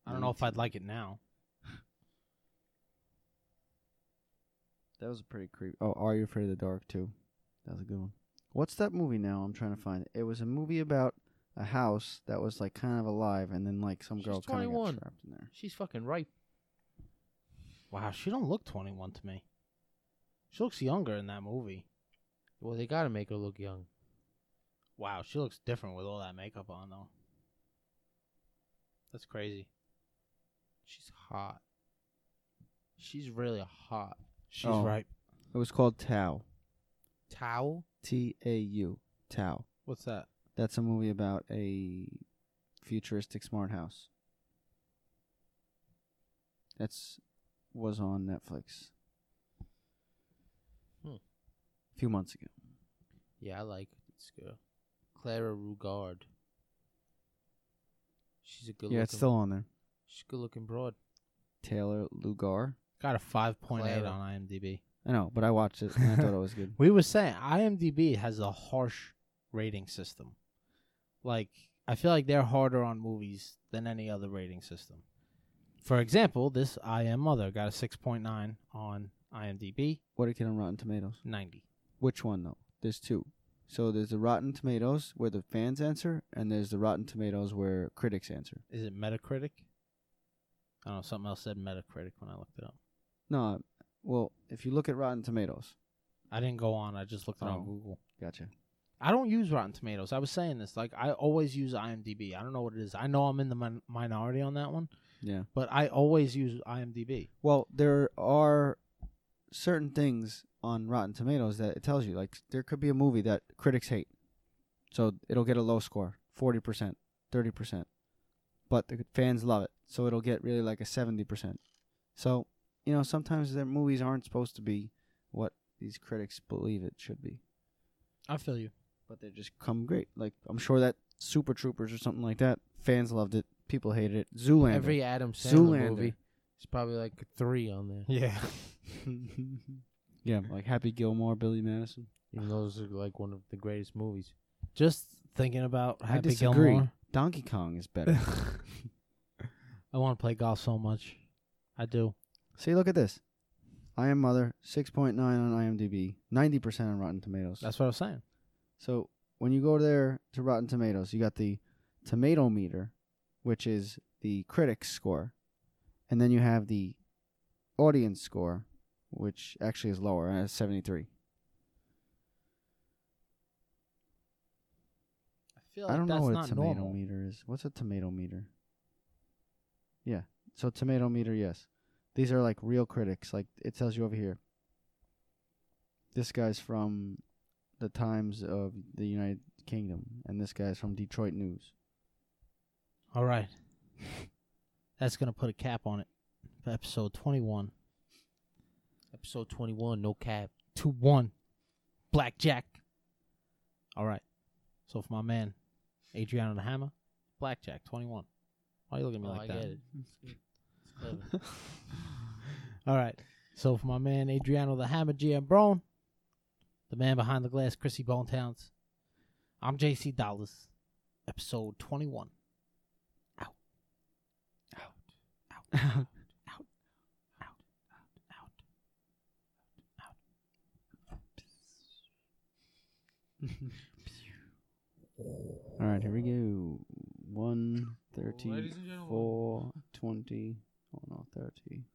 Speaker 2: I don't
Speaker 4: Me
Speaker 2: know if I'd
Speaker 4: too.
Speaker 2: like it now.
Speaker 4: That was a pretty creepy. Oh, Are You Afraid of the Dark too? That was a good one. What's that movie now? I'm trying to find it. It was a movie about a house that was like kind of alive, and then like some
Speaker 3: She's
Speaker 4: girl kind of got
Speaker 3: 21.
Speaker 4: trapped in there.
Speaker 3: She's fucking ripe.
Speaker 2: Wow, she don't look 21 to me. She looks younger in that movie.
Speaker 3: Well, they gotta make her look young.
Speaker 2: Wow, she looks different with all that makeup on though. That's crazy.
Speaker 3: She's hot. She's really hot.
Speaker 2: She's
Speaker 4: Oh.
Speaker 2: right.
Speaker 4: It was called Tao.
Speaker 3: Towel.
Speaker 4: T A U. Tao.
Speaker 2: What's that?
Speaker 4: That's a movie about a futuristic smart house. That's was on Netflix.
Speaker 3: Hmm.
Speaker 4: A few months ago.
Speaker 3: Yeah, I like this girl, Clara Rugard. She's a good.
Speaker 4: yeah,
Speaker 3: looking,
Speaker 4: it's still on there.
Speaker 3: She's a good looking broad.
Speaker 4: Taylor Lugar.
Speaker 2: Got a 5.8
Speaker 3: Clara.
Speaker 2: on IMDb.
Speaker 4: I know, but I watched it and I thought it was good.
Speaker 2: We were saying IMDb has a harsh rating system. Like I feel like they're harder on movies than any other rating system. For example, this I Am Mother got a 6.9 on IMDb,
Speaker 4: What a kid on Rotten Tomatoes.
Speaker 2: 90.
Speaker 4: Which one though? There's two. So there's the Rotten Tomatoes where the fans answer, and there's the Rotten Tomatoes where critics answer.
Speaker 2: Is it Metacritic? I don't know, something else said Metacritic when I looked it up.
Speaker 4: No, well, if you look at Rotten Tomatoes,
Speaker 2: I didn't go on, I just looked it up
Speaker 4: Oh.
Speaker 2: on Google.
Speaker 4: gotcha.
Speaker 2: I don't use Rotten Tomatoes. I was saying this. Like, I always use IMDb. I don't know what it is. I know I'm in the min- minority on that one,
Speaker 4: Yeah.
Speaker 2: but I always use IMDb.
Speaker 4: Well, there are certain things on Rotten Tomatoes that it tells you. Like there could be a movie that critics hate, so it'll get a low score, forty percent, thirty percent, but the fans love it, so it'll get really like a seventy percent. So you know, sometimes their movies aren't supposed to be what these critics believe it should be,
Speaker 2: I feel you.
Speaker 4: but they just come great. Like I'm sure that Super Troopers or something like that, fans loved it, people hated it. Zoolander.
Speaker 3: Every Adam Sandler
Speaker 4: Zoolander.
Speaker 3: movie. It's probably like a three on there.
Speaker 2: Yeah.
Speaker 4: yeah, like Happy Gilmore, Billy Madison.
Speaker 3: Even though those are like one of the greatest movies.
Speaker 2: Just thinking about
Speaker 4: I
Speaker 2: Happy
Speaker 4: disagree.
Speaker 2: Gilmore.
Speaker 4: Donkey Kong is better.
Speaker 2: I want to play golf so much. I do.
Speaker 4: See, look at this. I am Mother, 6.9 on IMDb, 90% on Rotten Tomatoes.
Speaker 2: That's what I was saying.
Speaker 4: so when you go there to Rotten Tomatoes, you got the tomato meter, which is the critics score, and then you have the audience score, which actually is lower uh, at seventy three.
Speaker 2: I feel
Speaker 4: I
Speaker 2: like
Speaker 4: don't
Speaker 2: that's
Speaker 4: know what a
Speaker 2: not
Speaker 4: tomato
Speaker 2: normal.
Speaker 4: meter is. What's a tomato meter? Yeah. So tomato meter, yes. These are like real critics. Like it tells you over here. This guy's from the Times of the United Kingdom, and this guy's from Detroit News.
Speaker 2: All right. That's going to put a cap on it for episode 21
Speaker 3: Episode 21, no cap.
Speaker 2: to 1. Blackjack. All right. So for my man, Adriano the Hammer, Blackjack 21. Why are you looking at me
Speaker 3: Oh,
Speaker 2: like
Speaker 3: I
Speaker 2: that?
Speaker 3: get it. It's clever.
Speaker 2: All right. So for my man Adriano the Hammer GM Brown, the man behind the glass, Chrissy Bone Towns. I'm JC Dollars. Episode twenty one. Out. Out. Out. Out. Out. Out. Out.
Speaker 4: All right, here we go. One
Speaker 3: Ladies
Speaker 4: thirty
Speaker 3: and gentlemen.
Speaker 4: four twenty. Oh no, thirty.